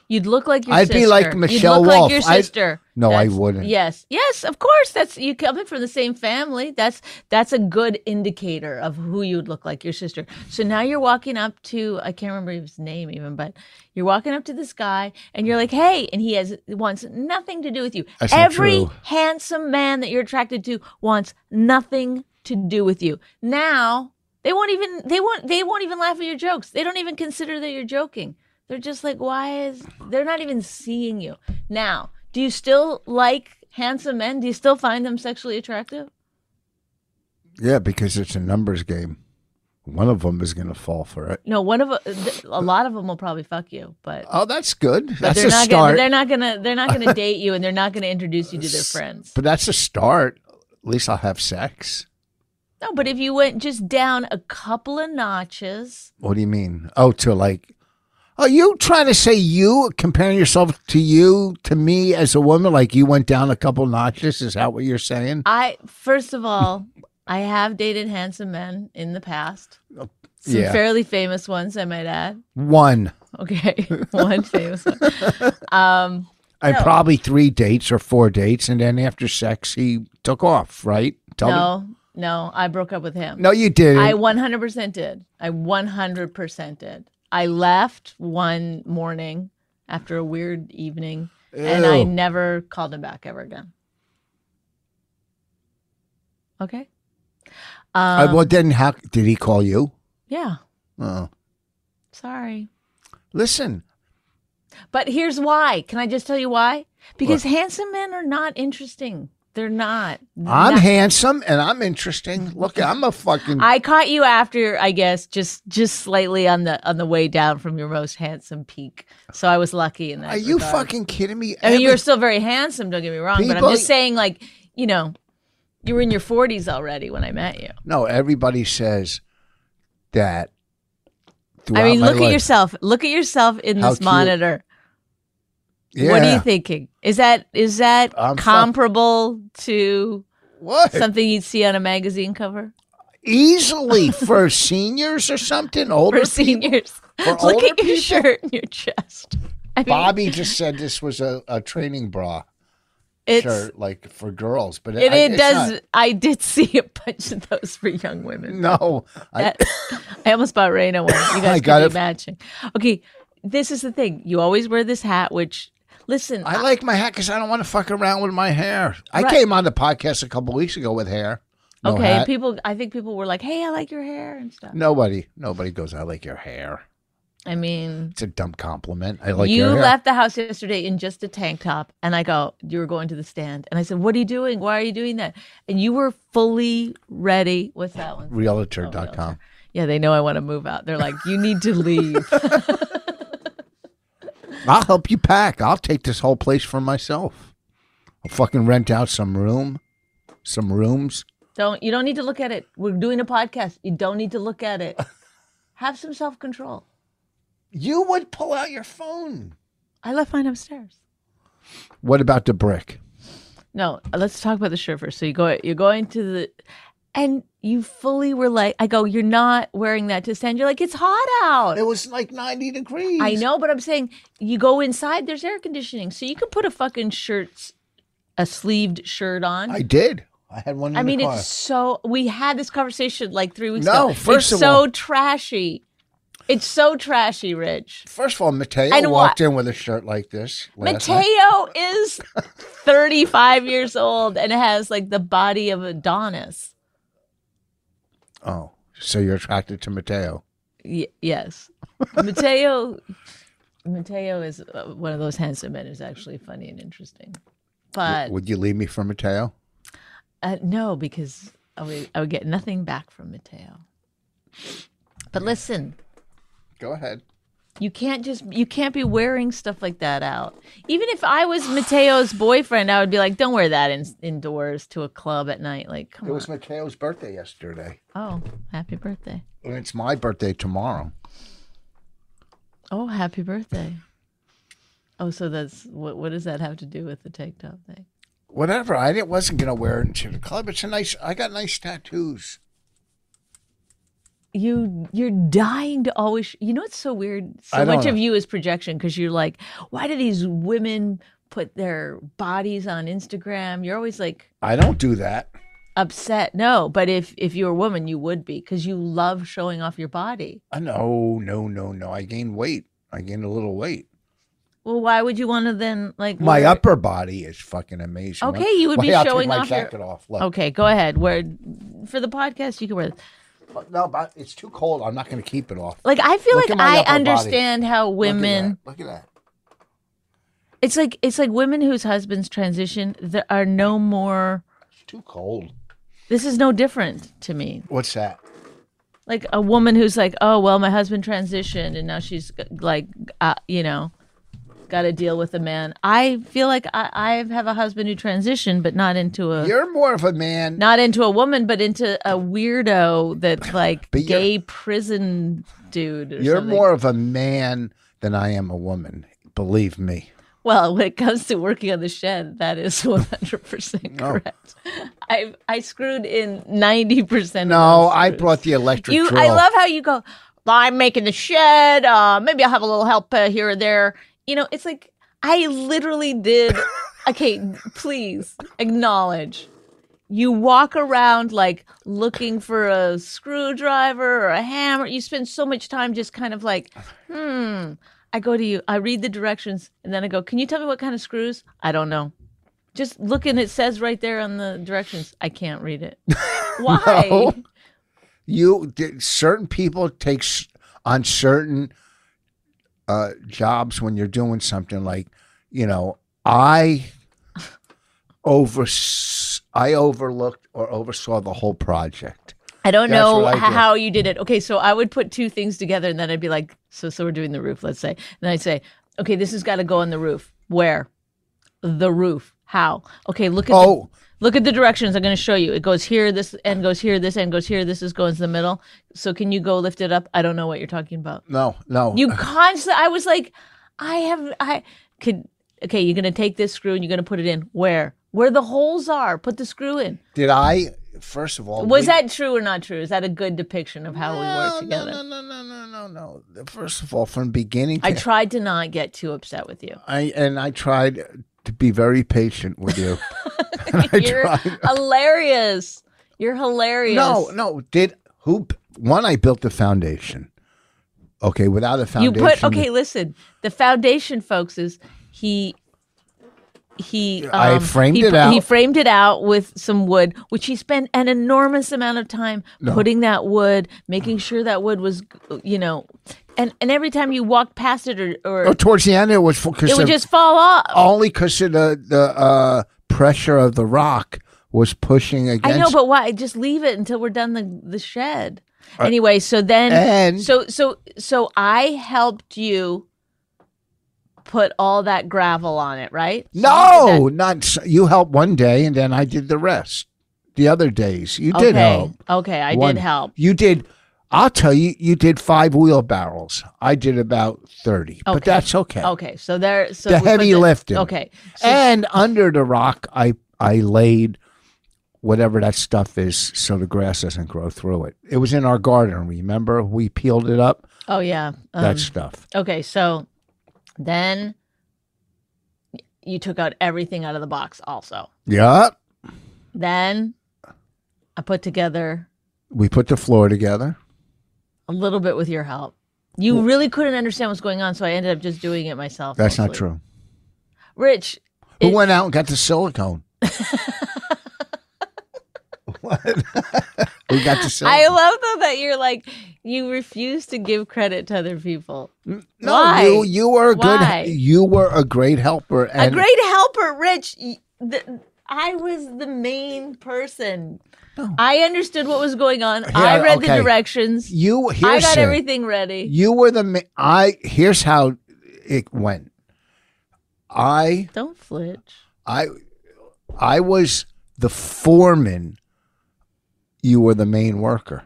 [SPEAKER 3] You'd look like your
[SPEAKER 2] I'd
[SPEAKER 3] sister.
[SPEAKER 2] be like Michelle
[SPEAKER 3] You'd look
[SPEAKER 2] Wolf.
[SPEAKER 3] like your
[SPEAKER 2] I-
[SPEAKER 3] sister.
[SPEAKER 2] No, I
[SPEAKER 3] That's-
[SPEAKER 2] wouldn't.
[SPEAKER 3] Yes, yes, of course. That's you coming from the same family. That's that's a good indicator of who you'd look like your sister. So now you're walking up to I can't remember his name even, but you're walking up to this guy and you're like, hey, and he has wants nothing to do with you.
[SPEAKER 2] That's not
[SPEAKER 3] Every
[SPEAKER 2] true.
[SPEAKER 3] handsome man that you're attracted to wants nothing to do with you. Now they won't even they won't they won't even laugh at your jokes. They don't even consider that you're joking. They're just like, why is they're not even seeing you. Now, do you still like handsome men? Do you still find them sexually attractive?
[SPEAKER 2] yeah, because it's a numbers game. One of them is going to fall for it.
[SPEAKER 3] No, one of a, th- a lot of them will probably fuck you, but,
[SPEAKER 2] Oh, that's good.
[SPEAKER 3] but
[SPEAKER 2] that's
[SPEAKER 3] they're
[SPEAKER 2] a
[SPEAKER 3] not
[SPEAKER 2] start.
[SPEAKER 3] gonna they're not gonna they're
[SPEAKER 2] (laughs)
[SPEAKER 3] not gonna date you and they're not gonna introduce you to their friends.
[SPEAKER 2] But that's a start. At least I'll have sex.
[SPEAKER 3] No, but if you went just down a couple of notches,
[SPEAKER 2] What do you mean? Oh, to like, are you trying to say you comparing yourself to you to me as a woman? Like you went down a couple notches? Is that what you're saying?
[SPEAKER 3] I first of all, I have dated handsome men in the past. Some
[SPEAKER 2] Oh, yeah.
[SPEAKER 3] fairly famous ones, I might add.
[SPEAKER 2] One
[SPEAKER 3] Okay, (laughs) one famous one. Um,
[SPEAKER 2] and
[SPEAKER 3] No.
[SPEAKER 2] probably three dates or four dates, and then after sex, he took off. Right? Tell me-
[SPEAKER 3] no, no, I broke up with him.
[SPEAKER 2] No, you didn't.
[SPEAKER 3] I 100% did. I 100% did. I left one morning after a weird evening and I
[SPEAKER 2] Ew.
[SPEAKER 3] never called him back ever again. Okay. Um,
[SPEAKER 2] Uh, well, then how did he call you?
[SPEAKER 3] yeah,
[SPEAKER 2] Oh.
[SPEAKER 3] sorry.
[SPEAKER 2] Listen,
[SPEAKER 3] But here's why. Can I just tell you why? Because handsome men are not interesting. They're not.
[SPEAKER 2] I'm
[SPEAKER 3] Not-
[SPEAKER 2] handsome and I'm interesting. Look, I'm a fucking.
[SPEAKER 3] I caught you after, I guess, just just slightly on the on the way down from your most handsome peak. So I was lucky in that.
[SPEAKER 2] are you
[SPEAKER 3] regard.
[SPEAKER 2] fucking kidding me?
[SPEAKER 3] I mean, you
[SPEAKER 2] Every-
[SPEAKER 3] were still very handsome. Don't get me wrong, but I'm
[SPEAKER 2] People-
[SPEAKER 3] just saying, like, you know, you were in your 40s already when I met you.
[SPEAKER 2] No, everybody says that.
[SPEAKER 3] I
[SPEAKER 2] throughout
[SPEAKER 3] mean,
[SPEAKER 2] my
[SPEAKER 3] look at
[SPEAKER 2] life.
[SPEAKER 3] yourself. Look at yourself in
[SPEAKER 2] How
[SPEAKER 3] this
[SPEAKER 2] cute.
[SPEAKER 3] monitor.
[SPEAKER 2] Yeah.
[SPEAKER 3] What are you thinking? Is that is that
[SPEAKER 2] I'm fuck-
[SPEAKER 3] comparable to
[SPEAKER 2] What?
[SPEAKER 3] something you'd see on a magazine cover
[SPEAKER 2] Easily for seniors or something, older
[SPEAKER 3] for
[SPEAKER 2] people.
[SPEAKER 3] seniors?
[SPEAKER 2] for
[SPEAKER 3] (laughs) look
[SPEAKER 2] older
[SPEAKER 3] at your
[SPEAKER 2] people?
[SPEAKER 3] shirt and your chest. I mean,
[SPEAKER 2] Bobby just said this was a, a training bra
[SPEAKER 3] it's.
[SPEAKER 2] shirt, like for girls, but
[SPEAKER 3] It,
[SPEAKER 2] I-
[SPEAKER 3] it
[SPEAKER 2] it's
[SPEAKER 3] does. I did (laughs) see a bunch of those for young women.
[SPEAKER 2] not- no, I,
[SPEAKER 3] That- (laughs) I almost bought
[SPEAKER 2] (laughs)
[SPEAKER 3] Raina one. You
[SPEAKER 2] I got
[SPEAKER 3] guys got
[SPEAKER 2] it.
[SPEAKER 3] be matching. Okay, this is the thing. You always wear this hat, which listen,
[SPEAKER 2] I like my hat because I don't want to fuck around with my hair. I
[SPEAKER 3] Right.
[SPEAKER 2] came on the podcast a couple weeks ago with hair. No
[SPEAKER 3] okay,
[SPEAKER 2] hat.
[SPEAKER 3] people. I think people were like, "Hey, I like your hair and stuff."
[SPEAKER 2] nobody, nobody goes. I like your hair.
[SPEAKER 3] I mean,
[SPEAKER 2] It's a dumb compliment. I like
[SPEAKER 3] you
[SPEAKER 2] your hair.
[SPEAKER 3] left the house yesterday in just a tank top, and I go, "You were going to the stand," and I said, "What are you doing? Why are you doing that?" And you were fully ready. What's that one?
[SPEAKER 2] Realtor.com.
[SPEAKER 3] Oh, Realtor. Yeah, they know I want to move out. They're like, "You need to (laughs) leave."
[SPEAKER 2] I'll help you pack. I'll take this whole place for myself. I'll fucking rent out some room, some rooms.
[SPEAKER 3] Don't you don't need to look at it. We're doing a podcast. You don't need to look at it. Have some self control.
[SPEAKER 2] You would pull out your phone.
[SPEAKER 3] I left mine upstairs.
[SPEAKER 2] What about the brick?
[SPEAKER 3] No, let's talk about the shirt first. So you go you're going to the and you fully were like I go, you're not wearing that to stand. You're like, it's hot out.
[SPEAKER 2] It was like 90 degrees.
[SPEAKER 3] I know, but I'm saying you go inside, there's air conditioning. So you can put a fucking shirt a sleeved shirt on.
[SPEAKER 2] I did. I had one in
[SPEAKER 3] I mean,
[SPEAKER 2] the car.
[SPEAKER 3] it's so. We had this conversation like three weeks
[SPEAKER 2] No,
[SPEAKER 3] ago.
[SPEAKER 2] first
[SPEAKER 3] it's
[SPEAKER 2] of
[SPEAKER 3] so
[SPEAKER 2] all-
[SPEAKER 3] trashy. It's so trashy, Rich.
[SPEAKER 2] First of all, Mateo
[SPEAKER 3] And
[SPEAKER 2] walked
[SPEAKER 3] what-
[SPEAKER 2] in with a shirt like this. last night.
[SPEAKER 3] Mateo is 35 years old and has like the body of Adonis.
[SPEAKER 2] Oh, so you're attracted to Mateo.
[SPEAKER 3] Y- yes. Mateo Mateo is uh, one of those handsome men who's actually funny and interesting. But
[SPEAKER 2] Would you leave me for Mateo?
[SPEAKER 3] uh, no, because I would, I would get nothing back from Mateo. But listen,
[SPEAKER 2] Go ahead.
[SPEAKER 3] you can't just you can't be wearing stuff like that out. Even if I was Mateo's boyfriend, I would be like, "Don't wear that in, indoors to a club at night." Like, come
[SPEAKER 2] It
[SPEAKER 3] on.
[SPEAKER 2] was Mateo's birthday yesterday.
[SPEAKER 3] oh, happy birthday!
[SPEAKER 2] And it's my birthday tomorrow.
[SPEAKER 3] Oh, happy birthday! Oh, so that's what? What does that have to do with the tank top thing?
[SPEAKER 2] Whatever. I didn't, wasn't going to wear it into the club. It's a nice, I got nice tattoos.
[SPEAKER 3] you you're dying to always sh- you know it's so weird so
[SPEAKER 2] I don't
[SPEAKER 3] much of
[SPEAKER 2] know.
[SPEAKER 3] you is projection because you're like why do these women put their bodies on instagram you're always like
[SPEAKER 2] I don't do that.
[SPEAKER 3] upset no but if if you're a woman you would be because you love showing off your body
[SPEAKER 2] I no, no, no, no. I gained weight. I gained a little weight.
[SPEAKER 3] well why would you want to then like
[SPEAKER 2] My
[SPEAKER 3] wear-
[SPEAKER 2] upper body is fucking amazing.
[SPEAKER 3] Okay, you would be
[SPEAKER 2] I'll take
[SPEAKER 3] showing
[SPEAKER 2] my
[SPEAKER 3] off your-
[SPEAKER 2] jacket off. Look.
[SPEAKER 3] okay go ahead where for the podcast you can wear this.
[SPEAKER 2] But no, but it's too cold. I'm not going to keep it off.
[SPEAKER 3] like i feel
[SPEAKER 2] Look at
[SPEAKER 3] like
[SPEAKER 2] my upper
[SPEAKER 3] i
[SPEAKER 2] body.
[SPEAKER 3] understand how women
[SPEAKER 2] Look at that. Look at that.
[SPEAKER 3] it's like it's like women whose husbands transition there are no more
[SPEAKER 2] It's too cold.
[SPEAKER 3] this is no different to me
[SPEAKER 2] What's that?
[SPEAKER 3] like a woman who's like, oh well, my husband transitioned, and now she's like, uh, you know, got to deal with a man. I feel like I, I have a husband who transitioned, but not into a
[SPEAKER 2] You're more of a man.
[SPEAKER 3] not into a woman, but into a
[SPEAKER 2] (laughs)
[SPEAKER 3] weirdo that's like
[SPEAKER 2] But you're-
[SPEAKER 3] gay prison dude. Or
[SPEAKER 2] You're
[SPEAKER 3] something.
[SPEAKER 2] more of a man than I am a woman. Believe me.
[SPEAKER 3] well when it comes to working on the shed. That is (laughs) one hundred percent
[SPEAKER 2] No.
[SPEAKER 3] correct. I I screwed in ninety percent.
[SPEAKER 2] No, I brought the electric
[SPEAKER 3] you
[SPEAKER 2] drill.
[SPEAKER 3] i love how you go i'm making the shed uh maybe i'll have a little help uh, here or there you know it's like i literally did
[SPEAKER 2] (laughs)
[SPEAKER 3] okay please acknowledge you walk around like looking for a screwdriver or a hammer you spend so much time just kind of like hmm i go to you i read the directions and then i go can you tell me what kind of screws i don't know just looking it says right there on the directions i can't read
[SPEAKER 2] (laughs)
[SPEAKER 3] it why
[SPEAKER 2] No. you th- certain people take s- on certain uh, jobs when you're doing something like you know i over i overlooked or oversaw the whole project
[SPEAKER 3] I don't
[SPEAKER 2] That's
[SPEAKER 3] know
[SPEAKER 2] what I
[SPEAKER 3] h-
[SPEAKER 2] do.
[SPEAKER 3] how you did it. Okay, so I would put two things together, and then I'd be like, so so we're doing the roof, let's say, and then I'd say, okay, this has got to go on the roof. Where? The roof. How? Okay, look at the,
[SPEAKER 2] oh
[SPEAKER 3] look at the directions. I'm going to show you. It goes here. This end goes here. This end goes here. This is going to the middle. So can you go lift it up? I don't know what you're talking about.
[SPEAKER 2] no no (sighs)
[SPEAKER 3] You constantly. I was like, I have. I could. Okay, you're going to take this screw and you're going to put it in. Where? Where the holes are? Put the screw in.
[SPEAKER 2] did i first of all
[SPEAKER 3] Was
[SPEAKER 2] we-
[SPEAKER 3] that true or not true? Is that a good depiction of how we
[SPEAKER 2] No,
[SPEAKER 3] work together?
[SPEAKER 2] no no no no no no no first of all from beginning to
[SPEAKER 3] I tried to not get too upset with you.
[SPEAKER 2] I and i tried to be very patient with you And (laughs) I
[SPEAKER 3] You're
[SPEAKER 2] tried-
[SPEAKER 3] hilarious. You're hilarious.
[SPEAKER 2] No, no. Did who? One, I built the foundation. Okay, without a
[SPEAKER 3] you
[SPEAKER 2] foundation,
[SPEAKER 3] put okay. Listen, the foundation, folks, is he. He,
[SPEAKER 2] I
[SPEAKER 3] um,
[SPEAKER 2] framed
[SPEAKER 3] he,
[SPEAKER 2] it
[SPEAKER 3] He
[SPEAKER 2] out.
[SPEAKER 3] framed it out with some wood, which he spent an enormous amount of time putting that wood, making sure that wood was, you know, and and every time you walked past it or, or
[SPEAKER 2] Oh, towards the end, it was because
[SPEAKER 3] it would just fall off.
[SPEAKER 2] only because of the the uh, pressure of the rock was pushing against.
[SPEAKER 3] I know, but why? Just leave it until we're done the the shed. anyway, so then,
[SPEAKER 2] Uh, and-
[SPEAKER 3] so so so I helped you put all that gravel on it, right? So you
[SPEAKER 2] no, not s- you helped one day, and then I did the rest. The other days, you
[SPEAKER 3] did
[SPEAKER 2] did
[SPEAKER 3] that.
[SPEAKER 2] help.
[SPEAKER 3] okay. Okay, I
[SPEAKER 2] One-
[SPEAKER 3] did help.
[SPEAKER 2] You did. I'll tell you, you did five wheelbarrows. I did about thirty,
[SPEAKER 3] Okay.
[SPEAKER 2] but that's okay.
[SPEAKER 3] Okay, so there, so
[SPEAKER 2] The
[SPEAKER 3] we put
[SPEAKER 2] heavy lifting.
[SPEAKER 3] Okay, so,
[SPEAKER 2] and under the rock, I I laid whatever that stuff is, so the grass doesn't grow through it. It was in our garden. Remember, we peeled it up.
[SPEAKER 3] oh yeah, um,
[SPEAKER 2] that stuff.
[SPEAKER 3] okay. So then you took out everything out of the box. Also,
[SPEAKER 2] Yep.
[SPEAKER 3] then I put together
[SPEAKER 2] We put the floor together.
[SPEAKER 3] a little bit with your help. You really couldn't understand what's going on, so I ended up just doing it myself.
[SPEAKER 2] That's not
[SPEAKER 3] mostly.
[SPEAKER 2] true.
[SPEAKER 3] Rich,
[SPEAKER 2] Who
[SPEAKER 3] It-
[SPEAKER 2] went out and got the
[SPEAKER 3] (laughs)
[SPEAKER 2] silicone? what? Who got the (laughs)
[SPEAKER 3] I
[SPEAKER 2] silicone?
[SPEAKER 3] love though that you're like, You refuse to give credit to other people.
[SPEAKER 2] No,
[SPEAKER 3] Why?
[SPEAKER 2] you you were a good
[SPEAKER 3] Why?
[SPEAKER 2] you were a great helper
[SPEAKER 3] a
[SPEAKER 2] and
[SPEAKER 3] great helper, Rich. Y- The, I was the main person. I understood what was going on. I
[SPEAKER 2] Yeah,
[SPEAKER 3] read
[SPEAKER 2] Oh. okay.
[SPEAKER 3] the directions.
[SPEAKER 2] you here's
[SPEAKER 3] I got
[SPEAKER 2] it.
[SPEAKER 3] everything ready.
[SPEAKER 2] You were the ma- I here's how it went. I
[SPEAKER 3] Don't flitch.
[SPEAKER 2] I I was the foreman. You were the main worker.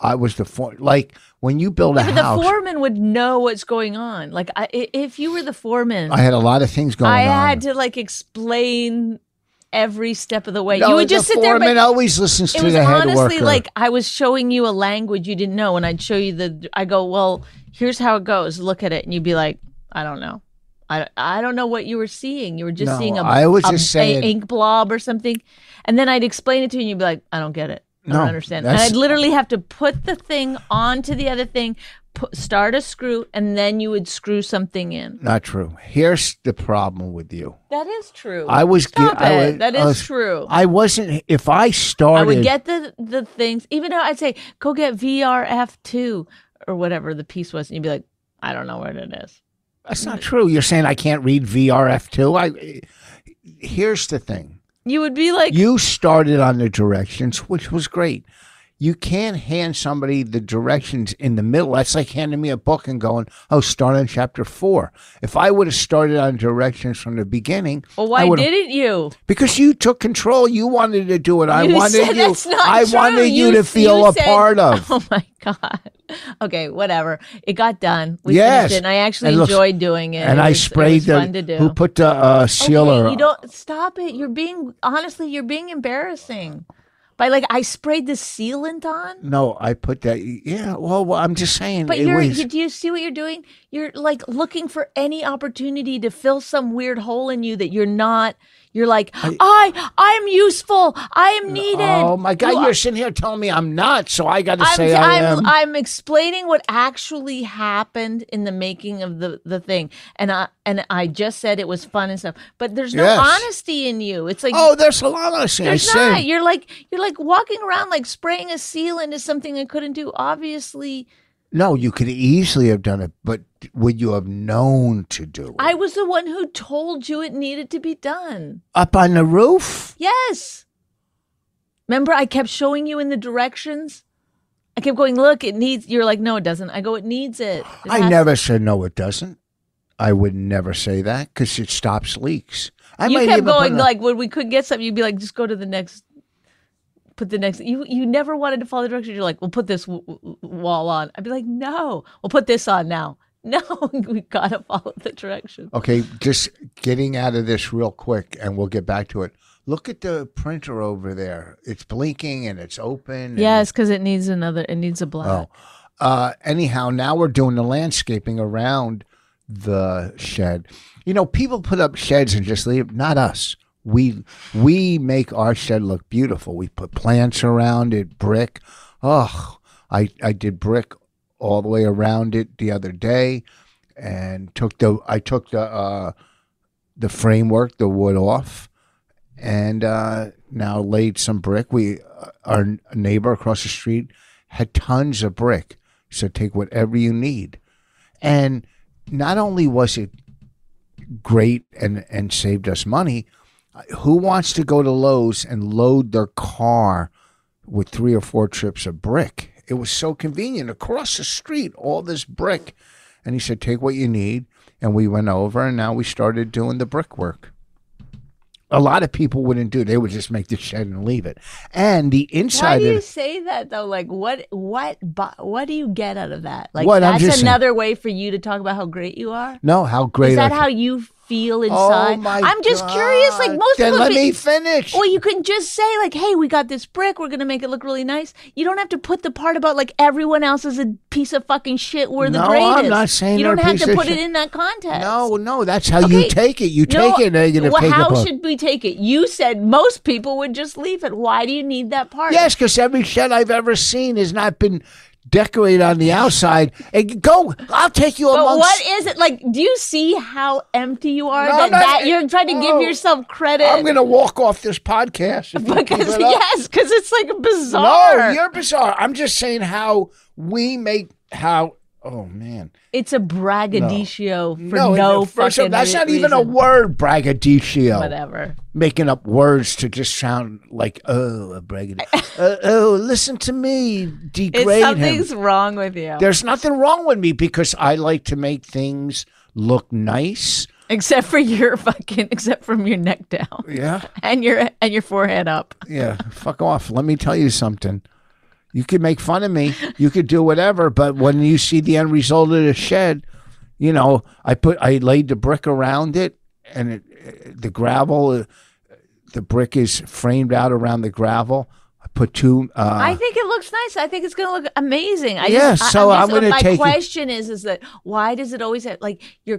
[SPEAKER 2] I was the for like when you build a
[SPEAKER 3] But the
[SPEAKER 2] house.
[SPEAKER 3] foreman would know what's going on. Like, I, i- if you were the foreman,
[SPEAKER 2] I
[SPEAKER 3] I,
[SPEAKER 2] had a lot of things going on.
[SPEAKER 3] had to like explain every step of the way.
[SPEAKER 2] No,
[SPEAKER 3] you would just
[SPEAKER 2] the
[SPEAKER 3] sit there,
[SPEAKER 2] foreman
[SPEAKER 3] but
[SPEAKER 2] always listens
[SPEAKER 3] it
[SPEAKER 2] to
[SPEAKER 3] was
[SPEAKER 2] the head
[SPEAKER 3] honestly
[SPEAKER 2] worker.
[SPEAKER 3] like I was showing you a language you didn't know, and I'd show you the. I go, well, here's how it goes. Look at it, and you'd be like, I don't know. I, I don't know what you were seeing. You were just
[SPEAKER 2] No,
[SPEAKER 3] seeing a,
[SPEAKER 2] I was
[SPEAKER 3] a-
[SPEAKER 2] just
[SPEAKER 3] a
[SPEAKER 2] saying-
[SPEAKER 3] ink blob or something, and then I'd explain it to you, and you'd be like, I don't get it. I
[SPEAKER 2] No,
[SPEAKER 3] don't understand. And
[SPEAKER 2] that's-
[SPEAKER 3] I'd literally have to put the thing onto the other thing, put, start a screw, and then you would screw something in.
[SPEAKER 2] not true. Here's the problem with you.
[SPEAKER 3] That is true.
[SPEAKER 2] I was gi-
[SPEAKER 3] Stop
[SPEAKER 2] I
[SPEAKER 3] it.
[SPEAKER 2] was-
[SPEAKER 3] that
[SPEAKER 2] I
[SPEAKER 3] is
[SPEAKER 2] was-
[SPEAKER 3] true.
[SPEAKER 2] I wasn't. If I started,
[SPEAKER 3] I would get the the things. Even though I'd say, "Go get VRF two or whatever the piece was," and you'd be like, "I don't know what it is."
[SPEAKER 2] That's not true. You're saying I can't read VRF two. I here's the thing.
[SPEAKER 3] You would be like,
[SPEAKER 2] You started on the directions, which was great. You can't hand somebody the directions in the middle. That's like handing me a book and going, "Oh, start on chapter four. If I would have started on directions from the beginning, I
[SPEAKER 3] "Well, why
[SPEAKER 2] would've-
[SPEAKER 3] didn't you?"
[SPEAKER 2] Because you took control. You wanted to do it. I
[SPEAKER 3] (laughs) You
[SPEAKER 2] wanted
[SPEAKER 3] said
[SPEAKER 2] you.
[SPEAKER 3] that's not
[SPEAKER 2] I
[SPEAKER 3] true.
[SPEAKER 2] wanted you, to
[SPEAKER 3] s-
[SPEAKER 2] feel
[SPEAKER 3] you
[SPEAKER 2] a
[SPEAKER 3] said-
[SPEAKER 2] part of.
[SPEAKER 3] (laughs) Oh my god. Okay, whatever. It got done. We
[SPEAKER 2] Yes.
[SPEAKER 3] finished it. And I actually
[SPEAKER 2] And look-
[SPEAKER 3] enjoyed doing it.
[SPEAKER 2] and
[SPEAKER 3] It
[SPEAKER 2] I
[SPEAKER 3] was-
[SPEAKER 2] sprayed
[SPEAKER 3] it was fun to
[SPEAKER 2] the
[SPEAKER 3] do.
[SPEAKER 2] who put the uh, sealer.
[SPEAKER 3] Okay, you don't stop it. You're being honestly, you're being embarrassing. By like, I sprayed the sealant on.
[SPEAKER 2] No, I put that. Yeah. Well, well, I'm just saying.
[SPEAKER 3] But
[SPEAKER 2] it
[SPEAKER 3] you're,
[SPEAKER 2] was-
[SPEAKER 3] you, do you see what you're doing? You're like looking for any opportunity to fill some weird hole in you that you're not. You're like, I, I am useful. I am needed.
[SPEAKER 2] Oh my God!
[SPEAKER 3] You
[SPEAKER 2] You are
[SPEAKER 3] are-
[SPEAKER 2] sitting here telling me I'm not, so I got to
[SPEAKER 3] I'm,
[SPEAKER 2] say I am.
[SPEAKER 3] I'm, I'm explaining what actually happened in the making of the, the thing, and I and I just said it was fun and stuff. But there's no
[SPEAKER 2] Yes.
[SPEAKER 3] honesty in you. It's like
[SPEAKER 2] oh, there's a lot of things I
[SPEAKER 3] there's
[SPEAKER 2] said.
[SPEAKER 3] not. You're like you're like walking around like spraying a sealant is something I couldn't do. Obviously,
[SPEAKER 2] No, you could easily have done it, but would you have known to do it?
[SPEAKER 3] I was the one who told you it needed to be done.
[SPEAKER 2] Up on the roof?
[SPEAKER 3] Yes. Remember, I kept showing you in the directions. I kept going, look, it needs. You're like, no, it doesn't. I go, it needs it. It
[SPEAKER 2] I
[SPEAKER 3] has-
[SPEAKER 2] never said no. It doesn't. I would never say that because it stops leaks. I
[SPEAKER 3] you
[SPEAKER 2] might
[SPEAKER 3] kept
[SPEAKER 2] even put
[SPEAKER 3] going
[SPEAKER 2] it-
[SPEAKER 3] like when we could get something, you'd be like, just go to the next. Put the next. You you never wanted to follow the directions. You're like, we'll put this w- w- wall on. I'd be like, no, we'll put this on now. (laughs) No, we gotta follow the directions.
[SPEAKER 2] Okay, just getting out of this real quick, and we'll get back to it. Look at the printer over there. It's blinking and it's open. and-
[SPEAKER 3] Yes, because it needs another. It needs a black.
[SPEAKER 2] Oh. Uh, anyhow, now we're doing the landscaping around the shed. You know, people put up sheds and just leave. Not us. We we make our shed look beautiful. We put plants around it, brick. Oh, I I did brick all the way around it the other day, and took the I took the uh, the framework, the wood off, and uh, now laid some brick. We our neighbor across the street had tons of brick, so take whatever you need. And not only was it great and and saved us money, who wants to go to Lowe's and load their car with three or four trips of brick? It was so convenient across the street, all this brick. And he said, "Take what you need." And we went over, and now we started doing the brickwork a lot of people wouldn't do. They would just make the shed and leave it. And the
[SPEAKER 3] Why
[SPEAKER 2] inside
[SPEAKER 3] do
[SPEAKER 2] of
[SPEAKER 3] you say that though? Like, what, what, bu- what do you get out of that? Like,
[SPEAKER 2] What? I'm
[SPEAKER 3] that's
[SPEAKER 2] just saying-
[SPEAKER 3] another way for you to talk about how great you are.
[SPEAKER 2] no, how great
[SPEAKER 3] Is that
[SPEAKER 2] I-
[SPEAKER 3] how you feel
[SPEAKER 2] Oh
[SPEAKER 3] inside?
[SPEAKER 2] my!
[SPEAKER 3] I'm just curious. Like
[SPEAKER 2] God.
[SPEAKER 3] most
[SPEAKER 2] Then
[SPEAKER 3] people,
[SPEAKER 2] let
[SPEAKER 3] be-
[SPEAKER 2] me finish.
[SPEAKER 3] Well, you can just say like, "Hey, we got this brick. We're gonna make it look really nice." You don't have to put the part about like everyone else is a piece of fucking shit. We're the
[SPEAKER 2] No, I'm
[SPEAKER 3] greatest.
[SPEAKER 2] not saying
[SPEAKER 3] you
[SPEAKER 2] they're
[SPEAKER 3] don't
[SPEAKER 2] a
[SPEAKER 3] have
[SPEAKER 2] piece
[SPEAKER 3] to
[SPEAKER 2] of
[SPEAKER 3] put
[SPEAKER 2] shit.
[SPEAKER 3] it in that context.
[SPEAKER 2] no, no, that's how you
[SPEAKER 3] Okay.
[SPEAKER 2] take it. You
[SPEAKER 3] No,
[SPEAKER 2] take it, and you're gonna
[SPEAKER 3] well,
[SPEAKER 2] take
[SPEAKER 3] how
[SPEAKER 2] it. apart.
[SPEAKER 3] should we take it? You said most people would just leave it. Why do you need that part?
[SPEAKER 2] Yes, because every shed I've ever seen has not been decorate on the outside and go. I'll take you
[SPEAKER 3] But
[SPEAKER 2] amongst.
[SPEAKER 3] what is it like? Do you see how empty you are?
[SPEAKER 2] No,
[SPEAKER 3] that,
[SPEAKER 2] no,
[SPEAKER 3] that
[SPEAKER 2] it-
[SPEAKER 3] you're trying to
[SPEAKER 2] no.
[SPEAKER 3] give yourself credit
[SPEAKER 2] I'm going to walk off this podcast. If you keep
[SPEAKER 3] because
[SPEAKER 2] it up.
[SPEAKER 3] yes, because it's like bizarre.
[SPEAKER 2] No, you're bizarre. I'm just saying how we make how. Oh man,
[SPEAKER 3] it's a braggadocio for no,
[SPEAKER 2] first of all,
[SPEAKER 3] fucking
[SPEAKER 2] that's
[SPEAKER 3] re-
[SPEAKER 2] not even a
[SPEAKER 3] reason.
[SPEAKER 2] word. Braggadocio,
[SPEAKER 3] Whatever.
[SPEAKER 2] making up words to just sound like oh a
[SPEAKER 3] (laughs)
[SPEAKER 2] braggadocio. uh, oh, listen to me,
[SPEAKER 3] It's
[SPEAKER 2] degrade him.
[SPEAKER 3] something's wrong with you.
[SPEAKER 2] There's nothing wrong with me because I like to make things look nice.
[SPEAKER 3] except for your fucking except from your neck down (laughs)
[SPEAKER 2] Yeah,
[SPEAKER 3] and your and your forehead up.
[SPEAKER 2] yeah. (laughs) Fuck off. Let me tell you something. You could make fun of me. You could do whatever, but when you see the end result of the shed, you know, I put I laid the brick around it, and it, it- the gravel, uh, the brick is framed out around the gravel. I put two. Uh,
[SPEAKER 3] I think it looks nice. I think it's going to look amazing. I
[SPEAKER 2] Yeah,
[SPEAKER 3] just,
[SPEAKER 2] so
[SPEAKER 3] I,
[SPEAKER 2] I'm gonna
[SPEAKER 3] my
[SPEAKER 2] take it-
[SPEAKER 3] question is, is that why does it always have like you're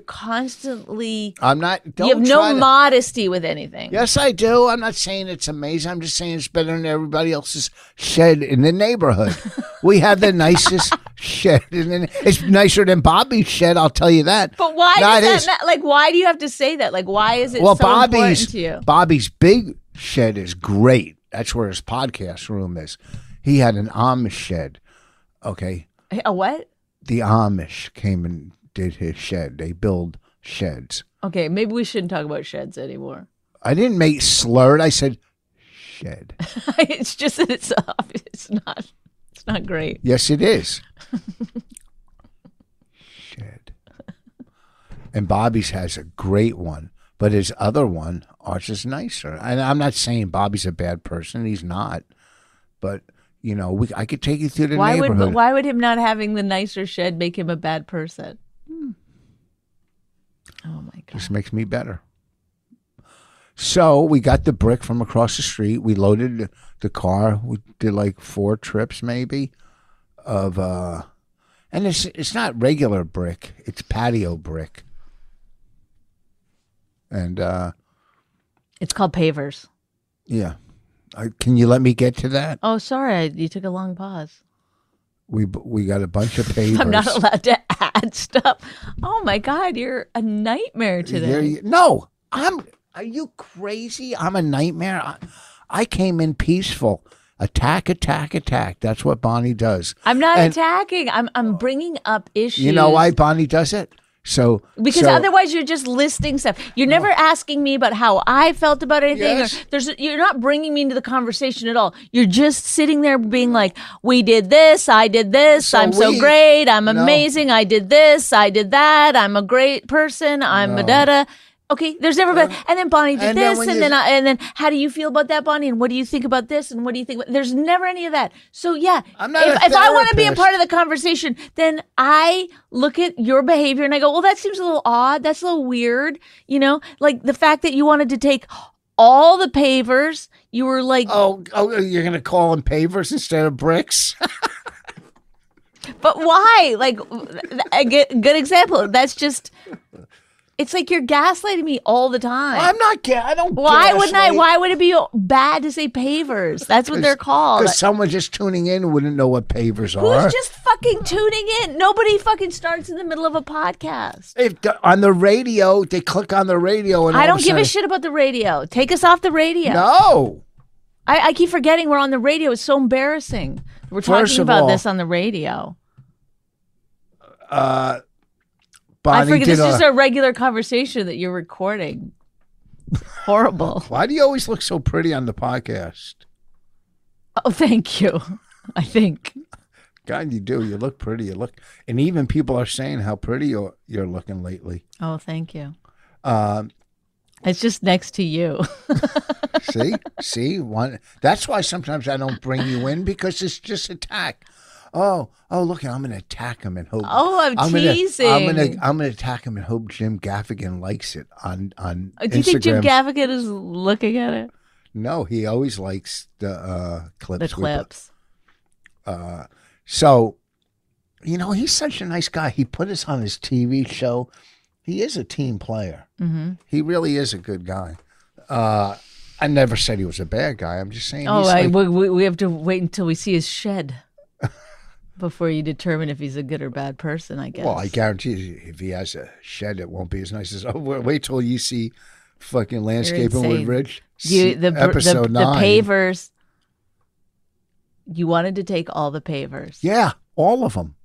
[SPEAKER 3] constantly
[SPEAKER 2] I'm not. Don't
[SPEAKER 3] you have
[SPEAKER 2] try
[SPEAKER 3] no
[SPEAKER 2] to-
[SPEAKER 3] modesty with anything.
[SPEAKER 2] Yes, I do. I'm not saying it's amazing. I'm just saying it's better than everybody else's shed in the
[SPEAKER 3] (laughs)
[SPEAKER 2] neighborhood. we have the nicest shed, in the, it's nicer than Bobby's shed. I'll tell you that.
[SPEAKER 3] But why
[SPEAKER 2] No, it
[SPEAKER 3] does
[SPEAKER 2] is.
[SPEAKER 3] that ma- like why do you have to say that? Like why is it
[SPEAKER 2] well,
[SPEAKER 3] so important
[SPEAKER 2] Bobby's
[SPEAKER 3] to you?
[SPEAKER 2] Bobby's big shed is great. That's where his podcast room is. He had an Amish shed. Okay,
[SPEAKER 3] A what?
[SPEAKER 2] the Amish came and did his shed. They build sheds.
[SPEAKER 3] Okay, maybe we shouldn't talk about sheds anymore. (laughs)
[SPEAKER 2] I didn't make slurred. I said shed.
[SPEAKER 3] it's just that it's obvious. It's not. It's not great.
[SPEAKER 2] Yes, it
[SPEAKER 3] (laughs)
[SPEAKER 2] is. Shed. And Bobby's has a great one, but his other one, ours is nicer. And I'm not saying Bobby's a bad person; he's not. But you know, we I could take you through the
[SPEAKER 3] Why would
[SPEAKER 2] neighborhood.
[SPEAKER 3] but why would him not having the nicer shed make him a bad person? Oh my god.
[SPEAKER 2] Just makes me better. So we got the brick from across the street. We loaded the- the car. We did like four trips, maybe, of uh, and it's it's not regular brick. It's patio brick. And uh,
[SPEAKER 3] It's called pavers.
[SPEAKER 2] yeah, I, can you let me get to that?
[SPEAKER 3] Oh, sorry, I, you took a long pause.
[SPEAKER 2] We b- we got a bunch of papers.
[SPEAKER 3] (laughs) I'm not allowed to (laughs) add stuff. Oh my god, you're a nightmare
[SPEAKER 2] There
[SPEAKER 3] today.
[SPEAKER 2] you- no, I'm. Are you crazy? I'm a nightmare. I, I came in peaceful. Attack, attack, attack. That's what Bonnie does.
[SPEAKER 3] I'm not
[SPEAKER 2] And-
[SPEAKER 3] attacking. I'm I'm bringing up issues.
[SPEAKER 2] You know why Bonnie does it? So
[SPEAKER 3] Because
[SPEAKER 2] so-
[SPEAKER 3] otherwise, you're just listing stuff. You're never asking me about how I felt about anything. or-
[SPEAKER 2] Yes.
[SPEAKER 3] there's, you're not bringing me into the conversation at all. You're just sitting there being like, "We did this. I did this.
[SPEAKER 2] So
[SPEAKER 3] I'm so
[SPEAKER 2] we-
[SPEAKER 3] great. I'm
[SPEAKER 2] No.
[SPEAKER 3] amazing. I did this. I did that. I'm a great person. I'm a da da." Okay, there's never been. And then Bonnie did
[SPEAKER 2] and then
[SPEAKER 3] this,
[SPEAKER 2] when
[SPEAKER 3] and
[SPEAKER 2] you-
[SPEAKER 3] then I, and then how do you feel about that, Bonnie? And what do you think about this? And what do you think? About, there's never any of that. So yeah,
[SPEAKER 2] I'm not
[SPEAKER 3] if,
[SPEAKER 2] a
[SPEAKER 3] if I want to be a
[SPEAKER 2] therapist.
[SPEAKER 3] part of the conversation, then I look at your behavior and I go, well, that seems a little odd. That's a little weird. You know, like the fact that you wanted to take all the pavers, you were like,
[SPEAKER 2] Oh, oh, you're gonna call them pavers instead of
[SPEAKER 3] (laughs)
[SPEAKER 2] bricks?
[SPEAKER 3] but why? Like, a good, good example. That's just, it's like you're gaslighting me all the time.
[SPEAKER 2] I'm not. ga- I don't.
[SPEAKER 3] why wouldn't I? Why would it be bad to say pavers? That's what they're called.
[SPEAKER 2] Because someone just tuning in wouldn't know what pavers are.
[SPEAKER 3] Who's just fucking tuning in? Nobody fucking starts in the middle of a podcast.
[SPEAKER 2] if the- on the radio, they click on the radio and
[SPEAKER 3] I
[SPEAKER 2] all of
[SPEAKER 3] don't give
[SPEAKER 2] sudden-
[SPEAKER 3] a shit about the radio. Take us off the radio.
[SPEAKER 2] No.
[SPEAKER 3] I, I keep forgetting we're on the radio. It's so embarrassing. We're
[SPEAKER 2] First
[SPEAKER 3] talking
[SPEAKER 2] of
[SPEAKER 3] about
[SPEAKER 2] all,
[SPEAKER 3] this on the radio.
[SPEAKER 2] Uh,
[SPEAKER 3] I
[SPEAKER 2] Bonnie
[SPEAKER 3] forget.
[SPEAKER 2] did
[SPEAKER 3] This
[SPEAKER 2] a-
[SPEAKER 3] is just a regular conversation that
[SPEAKER 2] (laughs)
[SPEAKER 3] you're recording. Horrible.
[SPEAKER 2] Why do you always look so pretty on the podcast?
[SPEAKER 3] oh, thank you. I think.
[SPEAKER 2] God, you do. You look pretty. You look, and even people are saying how pretty you're, you're looking lately.
[SPEAKER 3] Oh, thank you.
[SPEAKER 2] Um,
[SPEAKER 3] It's just next to you.
[SPEAKER 2] see, (laughs) see, one. That's why sometimes I don't bring you in because it's just attack. Oh, oh, look, I'm gonna attack him and hope.
[SPEAKER 3] Oh, I'm teasing.
[SPEAKER 2] Gonna, I'm gonna, I'm gonna attack him and hope Jim Gaffigan likes it on on.
[SPEAKER 3] Uh, Do you think Jim
[SPEAKER 2] Instagram.
[SPEAKER 3] Gaffigan is looking at it?
[SPEAKER 2] No, he always likes the uh, clips.
[SPEAKER 3] The
[SPEAKER 2] we put-
[SPEAKER 3] clips.
[SPEAKER 2] Uh, so, you know, he's such a nice guy. He put us on his TV show. He is a team player.
[SPEAKER 3] Mm-hmm.
[SPEAKER 2] He really is a good guy. Uh, I never said he was a bad guy. I'm just saying.
[SPEAKER 3] Oh,
[SPEAKER 2] he's
[SPEAKER 3] I,
[SPEAKER 2] like- (laughs)
[SPEAKER 3] we, we we have to wait until we see his shed. before you determine if he's a good or bad person, I guess.
[SPEAKER 2] Well, I guarantee you, if he has a shed, it won't be as (laughs) nice as. Oh, wait, wait till you see fucking landscaping with
[SPEAKER 3] insane.
[SPEAKER 2] Rich.
[SPEAKER 3] you
[SPEAKER 2] se-
[SPEAKER 3] the br-
[SPEAKER 2] episode
[SPEAKER 3] the,
[SPEAKER 2] nine.
[SPEAKER 3] the pavers. You wanted to take all the pavers,
[SPEAKER 2] Yeah, all of them.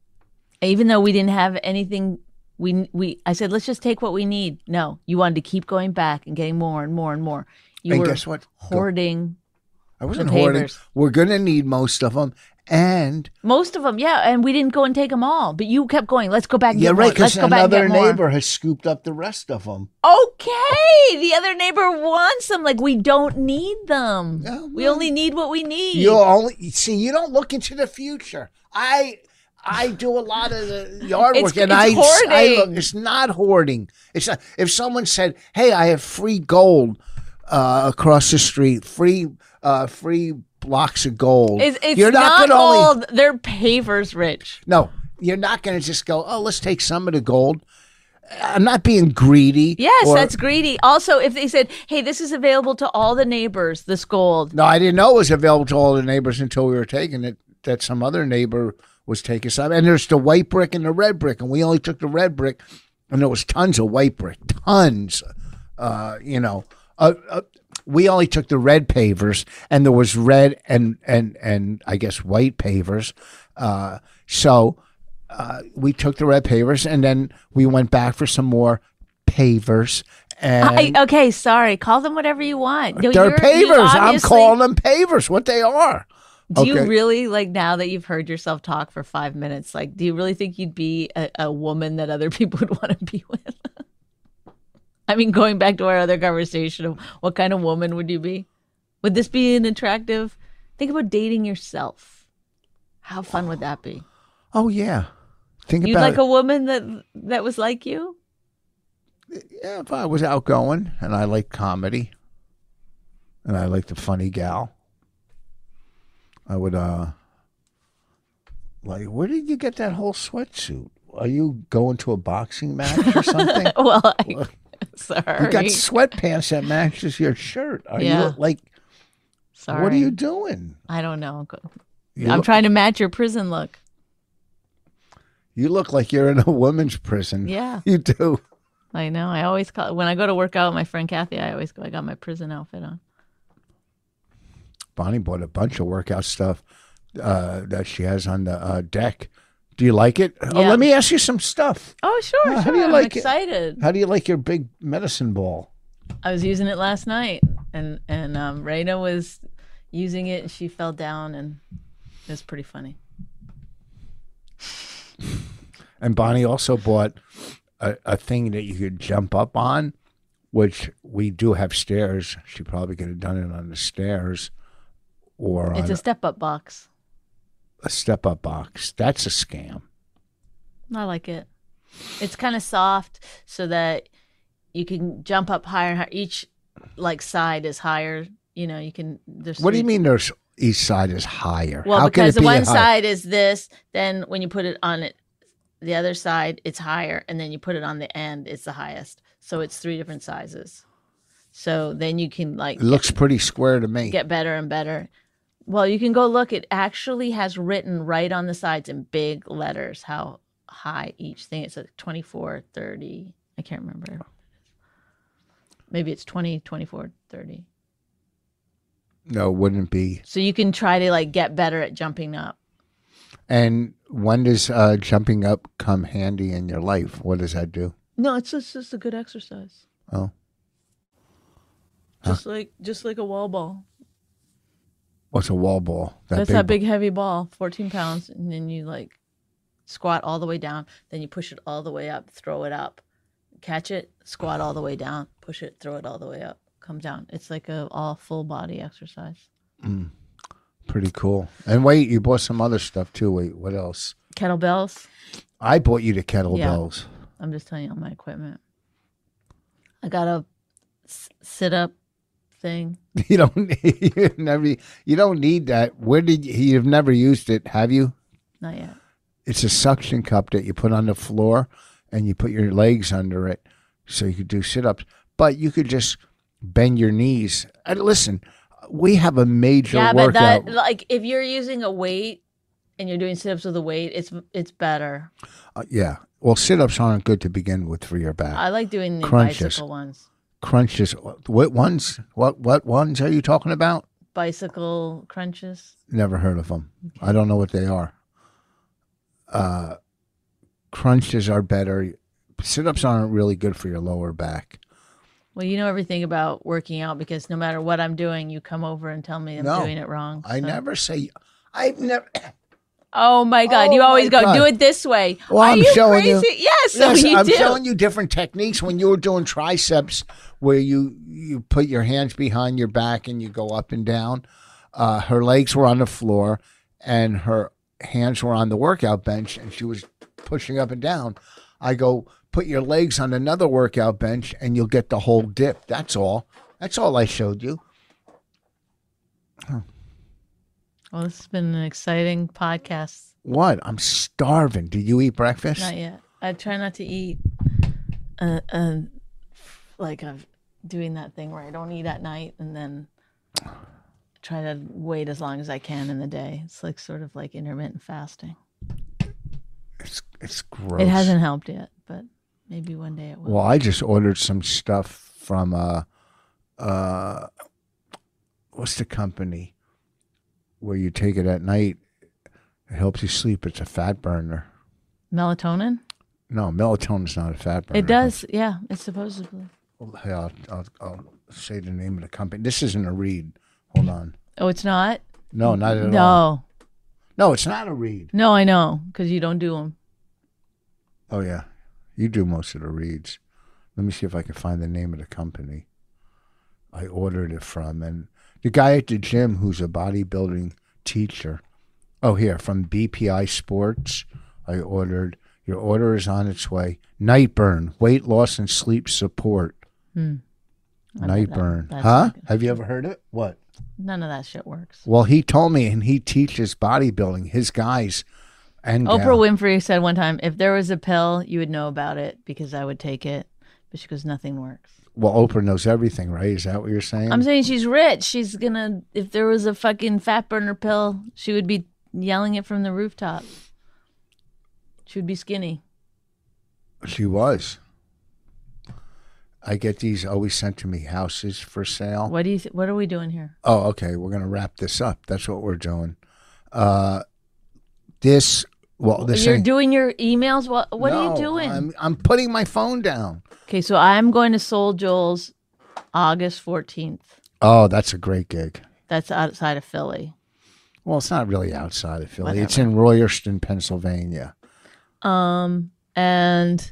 [SPEAKER 3] even though we didn't have anything. We we I said let's just take what we need. No, you wanted to keep going back and getting more and more and more. You
[SPEAKER 2] and
[SPEAKER 3] were
[SPEAKER 2] guess what? Go-
[SPEAKER 3] hoarding
[SPEAKER 2] I wasn't
[SPEAKER 3] the
[SPEAKER 2] hoarding.
[SPEAKER 3] pavers.
[SPEAKER 2] We're gonna need most of them, and
[SPEAKER 3] most of them, yeah, and we didn't go and take them all. But you kept going. Let's go back. And
[SPEAKER 2] you're
[SPEAKER 3] get
[SPEAKER 2] right
[SPEAKER 3] more.
[SPEAKER 2] because
[SPEAKER 3] Let's go back and
[SPEAKER 2] another
[SPEAKER 3] get more.
[SPEAKER 2] neighbor has scooped up the rest of them.
[SPEAKER 3] Okay, the other neighbor wants them. Like we don't need them.
[SPEAKER 2] Yeah,
[SPEAKER 3] we
[SPEAKER 2] well,
[SPEAKER 3] only need what we need.
[SPEAKER 2] You only see. You don't look into the future. I I do a lot of the yard
[SPEAKER 3] It's-
[SPEAKER 2] work, and
[SPEAKER 3] it's
[SPEAKER 2] I, I look,
[SPEAKER 3] hoarding.
[SPEAKER 2] it's not hoarding. It's not, if someone said, "Hey, I have free gold uh, across the street, free uh, free blocks of gold."
[SPEAKER 3] It's, it's
[SPEAKER 2] you're
[SPEAKER 3] not,
[SPEAKER 2] not, gonna only-
[SPEAKER 3] all they're pavers rich.
[SPEAKER 2] no, you're not going to just go. Oh, let's take some of the gold. I'm not being greedy.
[SPEAKER 3] Yes,
[SPEAKER 2] or-
[SPEAKER 3] that's greedy. Also, if they said, "Hey, this is available to all the neighbors," this gold.
[SPEAKER 2] No, I didn't know it was available to all the neighbors until we were taking it. That some other neighbor was taking some, and there's the white brick and the red brick, and we only took the red brick, and there was tons of white brick, tons. Uh, you know, uh, uh, we only took the red pavers, and there was red and and and I guess white pavers. Uh, so uh, we took the red pavers, and then we went back for some more pavers.
[SPEAKER 3] I,
[SPEAKER 2] And
[SPEAKER 3] okay, sorry. Call them whatever you want. No,
[SPEAKER 2] they're
[SPEAKER 3] you're- you
[SPEAKER 2] pavers. I'm
[SPEAKER 3] obviously-
[SPEAKER 2] calling them pavers. What they are.
[SPEAKER 3] Do you
[SPEAKER 2] okay.
[SPEAKER 3] really like now that you've heard yourself talk for five minutes? Like, do you really think you'd be a, a woman that other (laughs) people would want to be with? I mean, going back to our other conversation of what kind of woman would you be? Would this be an attractive? Think about dating yourself. How fun would that be?
[SPEAKER 2] Oh yeah. Think
[SPEAKER 3] You'd
[SPEAKER 2] about
[SPEAKER 3] like
[SPEAKER 2] it.
[SPEAKER 3] a woman that that was like you?
[SPEAKER 2] yeah, if I was outgoing and I like comedy and I like the funny gal, I would uh like where did you get that whole sweatsuit? Are you going to a boxing match
[SPEAKER 3] (laughs)
[SPEAKER 2] or something?
[SPEAKER 3] Well, I, (laughs) sorry.
[SPEAKER 2] you got sweatpants that matches your shirt. Are
[SPEAKER 3] Yeah.
[SPEAKER 2] you like
[SPEAKER 3] sorry.
[SPEAKER 2] what are you doing?
[SPEAKER 3] I don't know.
[SPEAKER 2] You
[SPEAKER 3] I'm
[SPEAKER 2] look,
[SPEAKER 3] trying to match your prison look.
[SPEAKER 2] you look like you're in a woman's prison.
[SPEAKER 3] Yeah.
[SPEAKER 2] (laughs) You do.
[SPEAKER 3] I know. I always call when I go to work out with my friend Kathy. I always go. I got my prison outfit on.
[SPEAKER 2] Bonnie bought a bunch of workout stuff uh, that she has on the uh, deck. Do you like it? Oh,
[SPEAKER 3] Yeah.
[SPEAKER 2] let me ask you some stuff.
[SPEAKER 3] Oh sure,
[SPEAKER 2] Well,
[SPEAKER 3] sure.
[SPEAKER 2] how do you
[SPEAKER 3] I'm
[SPEAKER 2] like it?
[SPEAKER 3] excited.
[SPEAKER 2] How do you like your big medicine ball?
[SPEAKER 3] (laughs) I was using it last night, and and um, Raina was using it, and she fell down, and it was pretty funny.
[SPEAKER 2] And Bonnie also bought a, a thing that you could jump up on, which we do have stairs. She probably could have done it on the stairs or
[SPEAKER 3] It's
[SPEAKER 2] on
[SPEAKER 3] a step up box.
[SPEAKER 2] a step up box. That's a scam.
[SPEAKER 3] I like it. It's kind of soft, so that you can jump up higher and higher. Each like side is higher. You know, you can. There's
[SPEAKER 2] What do you
[SPEAKER 3] three-
[SPEAKER 2] mean there's east side is higher?
[SPEAKER 3] Well,
[SPEAKER 2] How can
[SPEAKER 3] because
[SPEAKER 2] it
[SPEAKER 3] the
[SPEAKER 2] be
[SPEAKER 3] one
[SPEAKER 2] higher?
[SPEAKER 3] side is this, then when you put it on it, the other side, it's higher, and then you put it on the end, it's the highest. So it's three different sizes. So then you can like
[SPEAKER 2] It looks pretty square to me.
[SPEAKER 3] get better and better. Well, you can go look. It actually has written right on the sides in big letters how high each thing. It's like 24, 30. I can't remember. Maybe it's 20, 24, 30.
[SPEAKER 2] No, it wouldn't be.
[SPEAKER 3] So you can try to like get better at jumping up.
[SPEAKER 2] And when does uh, jumping up come handy in your life? What does that do?
[SPEAKER 3] No, it's just, just a good exercise.
[SPEAKER 2] Oh,
[SPEAKER 3] Just like just like a wall ball.
[SPEAKER 2] what's a wall ball?
[SPEAKER 3] That's that big heavy ball, fourteen pounds, and then you like squat all the way down, then you push it all the way up, throw it up, catch it, squat all the way down, push it, throw it all the way up, come down. It's like a all full body exercise.
[SPEAKER 2] Pretty cool. And wait, you bought some other stuff too. Wait, what else?
[SPEAKER 3] Kettlebells.
[SPEAKER 2] I bought you the kettlebells.
[SPEAKER 3] I'm just telling you all my equipment. I got a s- sit up thing.
[SPEAKER 2] (laughs) You don't (laughs) need, you never you don't need that. Where did you, you've never used it, have you?
[SPEAKER 3] Not yet.
[SPEAKER 2] It's a suction cup that you put on the floor and you put your legs under it so you could do sit-ups. But you could just bend your knees. And listen, we have a major
[SPEAKER 3] yeah, but
[SPEAKER 2] workout.
[SPEAKER 3] that like if you're using a weight, and you're doing sit-ups with a weight, it's it's better.
[SPEAKER 2] Uh, yeah. Well, sit ups aren't good to begin with for your back.
[SPEAKER 3] I like doing the
[SPEAKER 2] Crunches.
[SPEAKER 3] bicycle ones.
[SPEAKER 2] Crunches. What ones? What what ones are you talking about?
[SPEAKER 3] Bicycle crunches.
[SPEAKER 2] Never heard of them. I don't know what they are. Uh, crunches are better. Sit ups aren't really good for your lower back.
[SPEAKER 3] Well, you know everything about working out because no matter what I'm doing, you come over and tell me I'm
[SPEAKER 2] No,
[SPEAKER 3] doing it wrong.
[SPEAKER 2] I
[SPEAKER 3] so-
[SPEAKER 2] never say. I've never.
[SPEAKER 3] Oh my God!
[SPEAKER 2] Oh
[SPEAKER 3] you always
[SPEAKER 2] my
[SPEAKER 3] go
[SPEAKER 2] God.
[SPEAKER 3] do it this way.
[SPEAKER 2] Well,
[SPEAKER 3] Are
[SPEAKER 2] I'm
[SPEAKER 3] you
[SPEAKER 2] showing you-
[SPEAKER 3] crazy? Yes, (laughs) so
[SPEAKER 2] Yes,
[SPEAKER 3] you
[SPEAKER 2] I'm
[SPEAKER 3] do.
[SPEAKER 2] showing you different techniques when you were doing triceps, where you you put your hands behind your back and you go up and down. Uh, her legs were on the floor, and her hands were on the workout bench, and she was pushing up and down. I go put your legs on another workout bench, and you'll get the whole dip. That's all. That's all I showed you.
[SPEAKER 3] Well, this has been an exciting podcast.
[SPEAKER 2] What? I'm starving. Do you eat breakfast?
[SPEAKER 3] Not yet. I try not to eat. Uh, uh, like I'm doing that thing where I don't eat at night and then try to wait as long as I can in the day. It's like sort of like intermittent fasting.
[SPEAKER 2] It's it's gross.
[SPEAKER 3] It hasn't helped yet, but maybe one day it will.
[SPEAKER 2] Well, I just ordered some stuff from uh uh what's the company where you take it at night. It helps you sleep. It's a fat burner.
[SPEAKER 3] Melatonin?
[SPEAKER 2] No, melatonin's not a fat burner.
[SPEAKER 3] It does. Yeah, it's supposedly.
[SPEAKER 2] Well, hey, I'll, I'll, I'll say the name of the company. This isn't a read. Hold on.
[SPEAKER 3] Oh, it's not?
[SPEAKER 2] No, not at all.
[SPEAKER 3] No.
[SPEAKER 2] No, it's not a read.
[SPEAKER 3] No, I know because you don't do them.
[SPEAKER 2] Oh yeah, you do most of the reads. Let me see if I can find the name of the company I ordered it from, and the guy at the gym who's a bodybuilding teacher. Oh, here from BPI Sports, I ordered. Your order is on its way. Nightburn, weight loss and sleep support. Nightburn,
[SPEAKER 3] That's
[SPEAKER 2] huh?
[SPEAKER 3] not good.
[SPEAKER 2] Have you ever heard it? What?
[SPEAKER 3] None of that shit works.
[SPEAKER 2] Well, he told me, and he teaches bodybuilding. His guys and
[SPEAKER 3] Oprah
[SPEAKER 2] gals.
[SPEAKER 3] Winfrey said one time, if there was a pill, you would know about it because I would take it. But she goes, nothing works.
[SPEAKER 2] Well, Oprah knows everything, right? Is that what you're saying?
[SPEAKER 3] I'm saying she's rich. She's gonna. If there was a fucking fat burner pill, she would be yelling it from the rooftop. She would be skinny.
[SPEAKER 2] She was. I get these always sent to me houses for sale.
[SPEAKER 3] What do you? Th- what are we doing here?
[SPEAKER 2] Oh, okay. We're gonna wrap this up. That's what we're doing. Uh, this well, this
[SPEAKER 3] You're
[SPEAKER 2] ain't-
[SPEAKER 3] doing your emails. What? What are
[SPEAKER 2] No,
[SPEAKER 3] you doing?
[SPEAKER 2] I'm, I'm putting my phone down.
[SPEAKER 3] Okay, so I'm going to Soul Joel's August 14th.
[SPEAKER 2] Oh, that's a great gig.
[SPEAKER 3] That's outside of Philly.
[SPEAKER 2] Well, it's not really outside of Philly. It's
[SPEAKER 3] Whatever.
[SPEAKER 2] in Royerston, Pennsylvania.
[SPEAKER 3] Um, and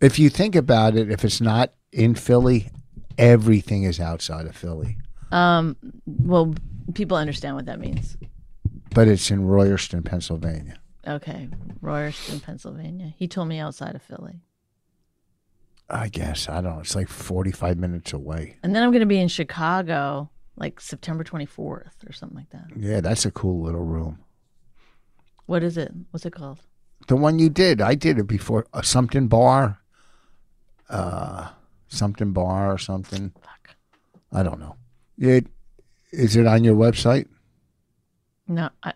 [SPEAKER 2] If you think about it, if it's not in Philly, everything is outside of Philly.
[SPEAKER 3] um, well, people understand what that means.
[SPEAKER 2] But it's in Royerston, Pennsylvania.
[SPEAKER 3] Okay, Royerston, Pennsylvania. He told me outside of Philly.
[SPEAKER 2] I guess I don't. know. It's like forty-five minutes away.
[SPEAKER 3] And then I'm going to be in Chicago like September 24th or something like that.
[SPEAKER 2] Yeah, that's a cool little room.
[SPEAKER 3] What is it? What's it called?
[SPEAKER 2] The one you did, I did it before. Uh, something bar, uh, something bar or something.
[SPEAKER 3] Fuck.
[SPEAKER 2] I don't know. It is it on your website?
[SPEAKER 3] No, I,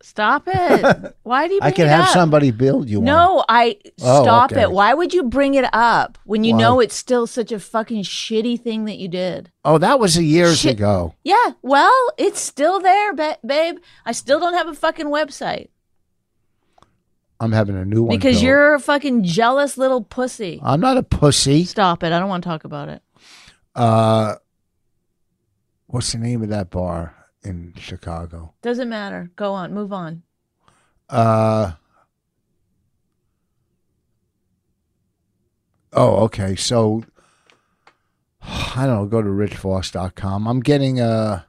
[SPEAKER 3] stop
[SPEAKER 2] (laughs)
[SPEAKER 3] it. Why do you bring
[SPEAKER 2] I can
[SPEAKER 3] it
[SPEAKER 2] have
[SPEAKER 3] up?
[SPEAKER 2] somebody build you one.
[SPEAKER 3] No, I
[SPEAKER 2] Oh,
[SPEAKER 3] stop
[SPEAKER 2] okay.
[SPEAKER 3] it. Why would you bring it up when you
[SPEAKER 2] Why?
[SPEAKER 3] know it's still such a fucking shitty thing that you did?
[SPEAKER 2] Oh, that was a years
[SPEAKER 3] Shit.
[SPEAKER 2] ago.
[SPEAKER 3] Yeah, well, it's still there, ba- babe. I still don't have a fucking website
[SPEAKER 2] I'm having a new one
[SPEAKER 3] because
[SPEAKER 2] built.
[SPEAKER 3] you're a fucking jealous little pussy.
[SPEAKER 2] I'm not a pussy.
[SPEAKER 3] Stop it. I don't want to talk about it.
[SPEAKER 2] Uh, what's the name of that bar in Chicago?
[SPEAKER 3] Doesn't matter. Go on. Move on.
[SPEAKER 2] Uh. Oh, okay. So I don't know, go to richvoss.com. I'm getting uh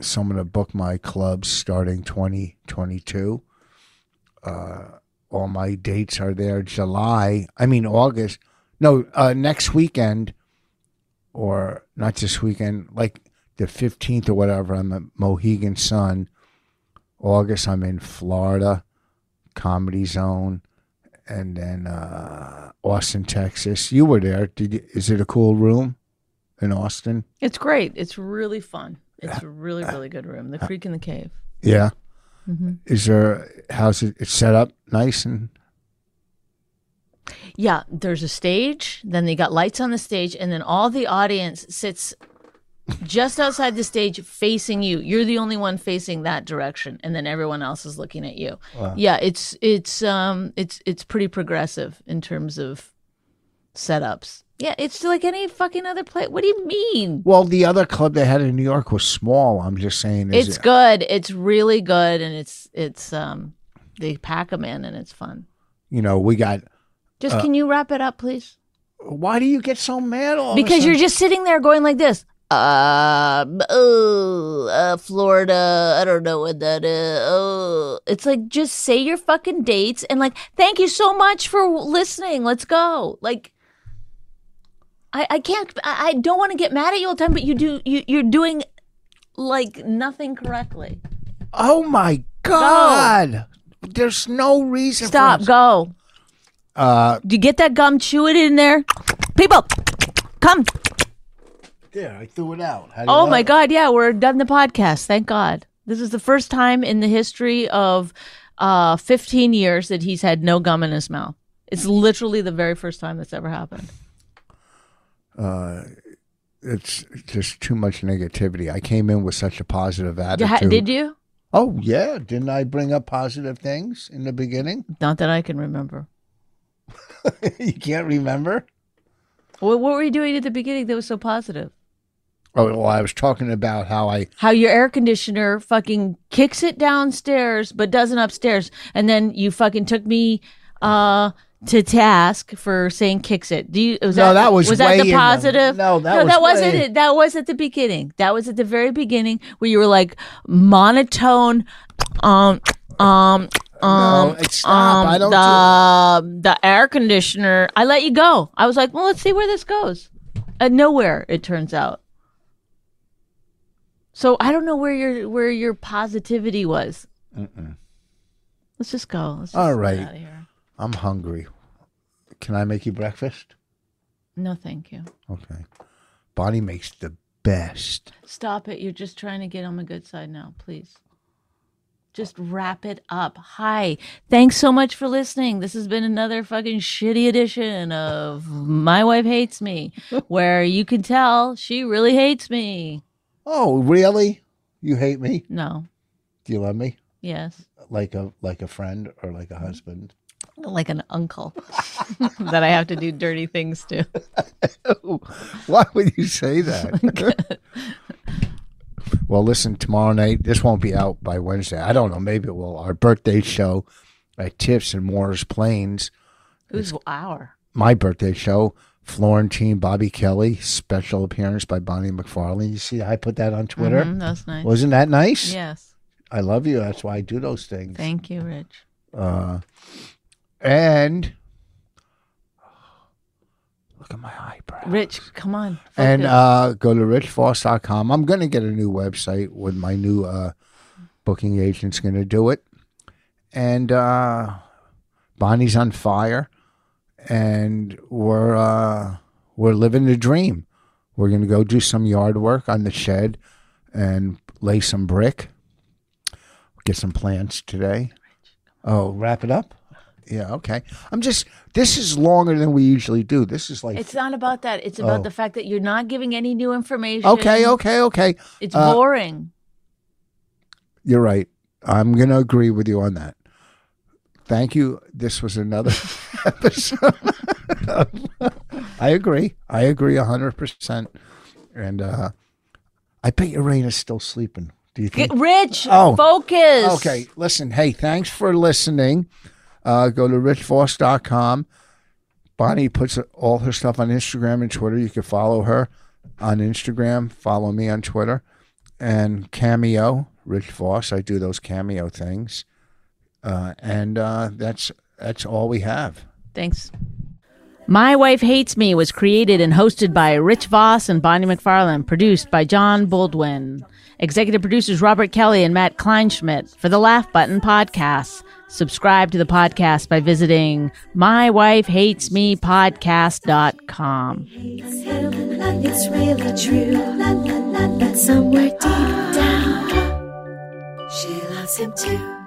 [SPEAKER 2] someone to book my clubs starting 2022. Uh all my dates are there July, I mean August. No, uh next weekend or not this weekend, like the 15th or whatever, I'm at Mohegan Sun. August I'm in Florida, Comedy Zone, and then uh, Austin, Texas. You were there. Did you, is it a cool room in Austin? (laughs)
[SPEAKER 3] It's great. It's really fun. It's a really, really good room. The Creek in the Cave.
[SPEAKER 2] Yeah.
[SPEAKER 3] Mm-hmm.
[SPEAKER 2] Is there how's it it's set up nice and
[SPEAKER 3] Yeah, there's a stage, then they got lights on the stage, and then all the audience sits just outside the stage facing you. You're the only one facing that direction, and then everyone else is looking at you. Yeah, it's it's um it's it's pretty progressive in terms of setups. Yeah, it's like any fucking other play. What do you mean?
[SPEAKER 2] well the other club they had in New York was small. I'm just saying is
[SPEAKER 3] It's
[SPEAKER 2] it-
[SPEAKER 3] good. It's really good, and it's it's um they pack them in, and it's fun.
[SPEAKER 2] you know we got
[SPEAKER 3] Just can you wrap it up, please?
[SPEAKER 2] why do you get so mad all of a
[SPEAKER 3] because
[SPEAKER 2] sudden?
[SPEAKER 3] you're just sitting there going like this. Uh, b- oh, uh, Florida. I don't know what that is. Oh, it's like just say your fucking dates and like, thank you so much for listening. Let's go. Like, I I can't. I, I don't want to get mad at you all the time, but you do. You you're doing like nothing correctly.
[SPEAKER 2] Oh my god. There's no reason
[SPEAKER 3] Stop.
[SPEAKER 2] for
[SPEAKER 3] Go.
[SPEAKER 2] uh
[SPEAKER 3] Do you get that gum? Chew it in there. People, come.
[SPEAKER 2] there, I threw it out. How do you
[SPEAKER 3] Oh
[SPEAKER 2] know?
[SPEAKER 3] my God! Yeah, we're done the podcast. Thank God. This is the first time in the history of uh, 15 years that he's had no gum in his mouth. It's literally the very first time that's ever happened.
[SPEAKER 2] uh, it's just too much negativity. I came in with such a positive
[SPEAKER 3] Did,
[SPEAKER 2] attitude.
[SPEAKER 3] ha- did you?
[SPEAKER 2] Oh yeah, didn't I bring up positive things in the beginning? (laughs)
[SPEAKER 3] Not that I can remember.
[SPEAKER 2] you can't remember?
[SPEAKER 3] What, what were you doing at the beginning that was so positive?
[SPEAKER 2] Oh, well, I was talking about how I
[SPEAKER 3] How your air conditioner fucking kicks it downstairs but doesn't upstairs, and then you fucking took me uh, to task for saying kicks it. Do you? Was
[SPEAKER 2] No,
[SPEAKER 3] that,
[SPEAKER 2] that was
[SPEAKER 3] was that
[SPEAKER 2] way in
[SPEAKER 3] the
[SPEAKER 2] the-
[SPEAKER 3] positive?
[SPEAKER 2] no, that was
[SPEAKER 3] that wasn't
[SPEAKER 2] way-
[SPEAKER 3] it. That was at the beginning. That was at the very beginning where you were like monotone, um, um. Um,
[SPEAKER 2] No, it's- stop.
[SPEAKER 3] um,
[SPEAKER 2] I don't
[SPEAKER 3] the the air conditioner. I let you go. I was like, well, let's see where this goes. And nowhere, it turns out. So I don't know where your where your positivity was. Let's just go. Let's just
[SPEAKER 2] All
[SPEAKER 3] get
[SPEAKER 2] right.
[SPEAKER 3] outta here.
[SPEAKER 2] I'm hungry. Can I make you breakfast?
[SPEAKER 3] No, thank you.
[SPEAKER 2] Okay. Bonnie makes the best.
[SPEAKER 3] Stop it. You're just trying to get on the good side now, please. Just wrap it up. Hi. Thanks so much for listening. This has been another fucking shitty edition of My Wife
[SPEAKER 2] (laughs)
[SPEAKER 3] Hates Me, where you can tell she really hates me.
[SPEAKER 2] Oh, really? You hate me?
[SPEAKER 3] No.
[SPEAKER 2] Do you love me?
[SPEAKER 3] Yes.
[SPEAKER 2] Like a like a friend or like a husband?
[SPEAKER 3] Like an uncle (laughs) that I have to do dirty things to.
[SPEAKER 2] (laughs) Why would you say
[SPEAKER 3] (laughs)
[SPEAKER 2] that? (laughs) well, listen, tomorrow night, this won't be out by Wednesday. I don't know. Maybe it will. Our birthday show at Tiff's and Moore's Plains.
[SPEAKER 3] Who's our?
[SPEAKER 2] My birthday show, Florentine Bobby Kelly, special appearance by Bonnie McFarlane. You see, I put that on Twitter.
[SPEAKER 3] Mhm, that's nice.
[SPEAKER 2] Wasn't that nice?
[SPEAKER 3] Yes.
[SPEAKER 2] I love you. That's why I do those things.
[SPEAKER 3] Thank you, Rich.
[SPEAKER 2] Uh, and look at my eyebrow.
[SPEAKER 3] Rich, come on.
[SPEAKER 2] and
[SPEAKER 3] focus.
[SPEAKER 2] uh, go to richfoss.com. I'm going to get a new website with my new uh, booking agent's going to do it. And uh, Bonnie's on fire, and we're uh, we're living the dream. We're going to go do some yard work on the shed and lay some brick. Get some plants today. Oh, wrap it up. Yeah, okay. I'm just. This is longer than we usually do. This is like.
[SPEAKER 3] It's not about that. It's about
[SPEAKER 2] uh, Oh.
[SPEAKER 3] the fact that you're not giving any new information.
[SPEAKER 2] okay, okay, okay.
[SPEAKER 3] It's
[SPEAKER 2] Uh,
[SPEAKER 3] boring.
[SPEAKER 2] You're right. I'm going to agree with you on that. Thank you. This was another episode. (laughs) I agree. I agree 100%. And uh, I bet your rain is still sleeping. Do you think?
[SPEAKER 3] Get rich.
[SPEAKER 2] Oh.
[SPEAKER 3] Focus.
[SPEAKER 2] Okay, listen. Hey, thanks for listening. Uh, go to richvoss.com. Bonnie puts all her stuff on Instagram and Twitter. You can follow her on Instagram. Follow me on Twitter. And Cameo, Rich Voss. I do those Cameo things. Uh, and uh, that's that's all we have.
[SPEAKER 3] Thanks. My Wife Hates Me was created and hosted by Rich Voss and Bonnie McFarlane, produced by John Baldwin. Executive producers Robert Kelly and Matt Kleinschmidt for the Laugh Button Podcast. Subscribe to the podcast by visiting mywifehatesmepodcast.com.
[SPEAKER 1] hates him. It's really true. La, la, la, la. Somewhere deep down, she loves hates him too.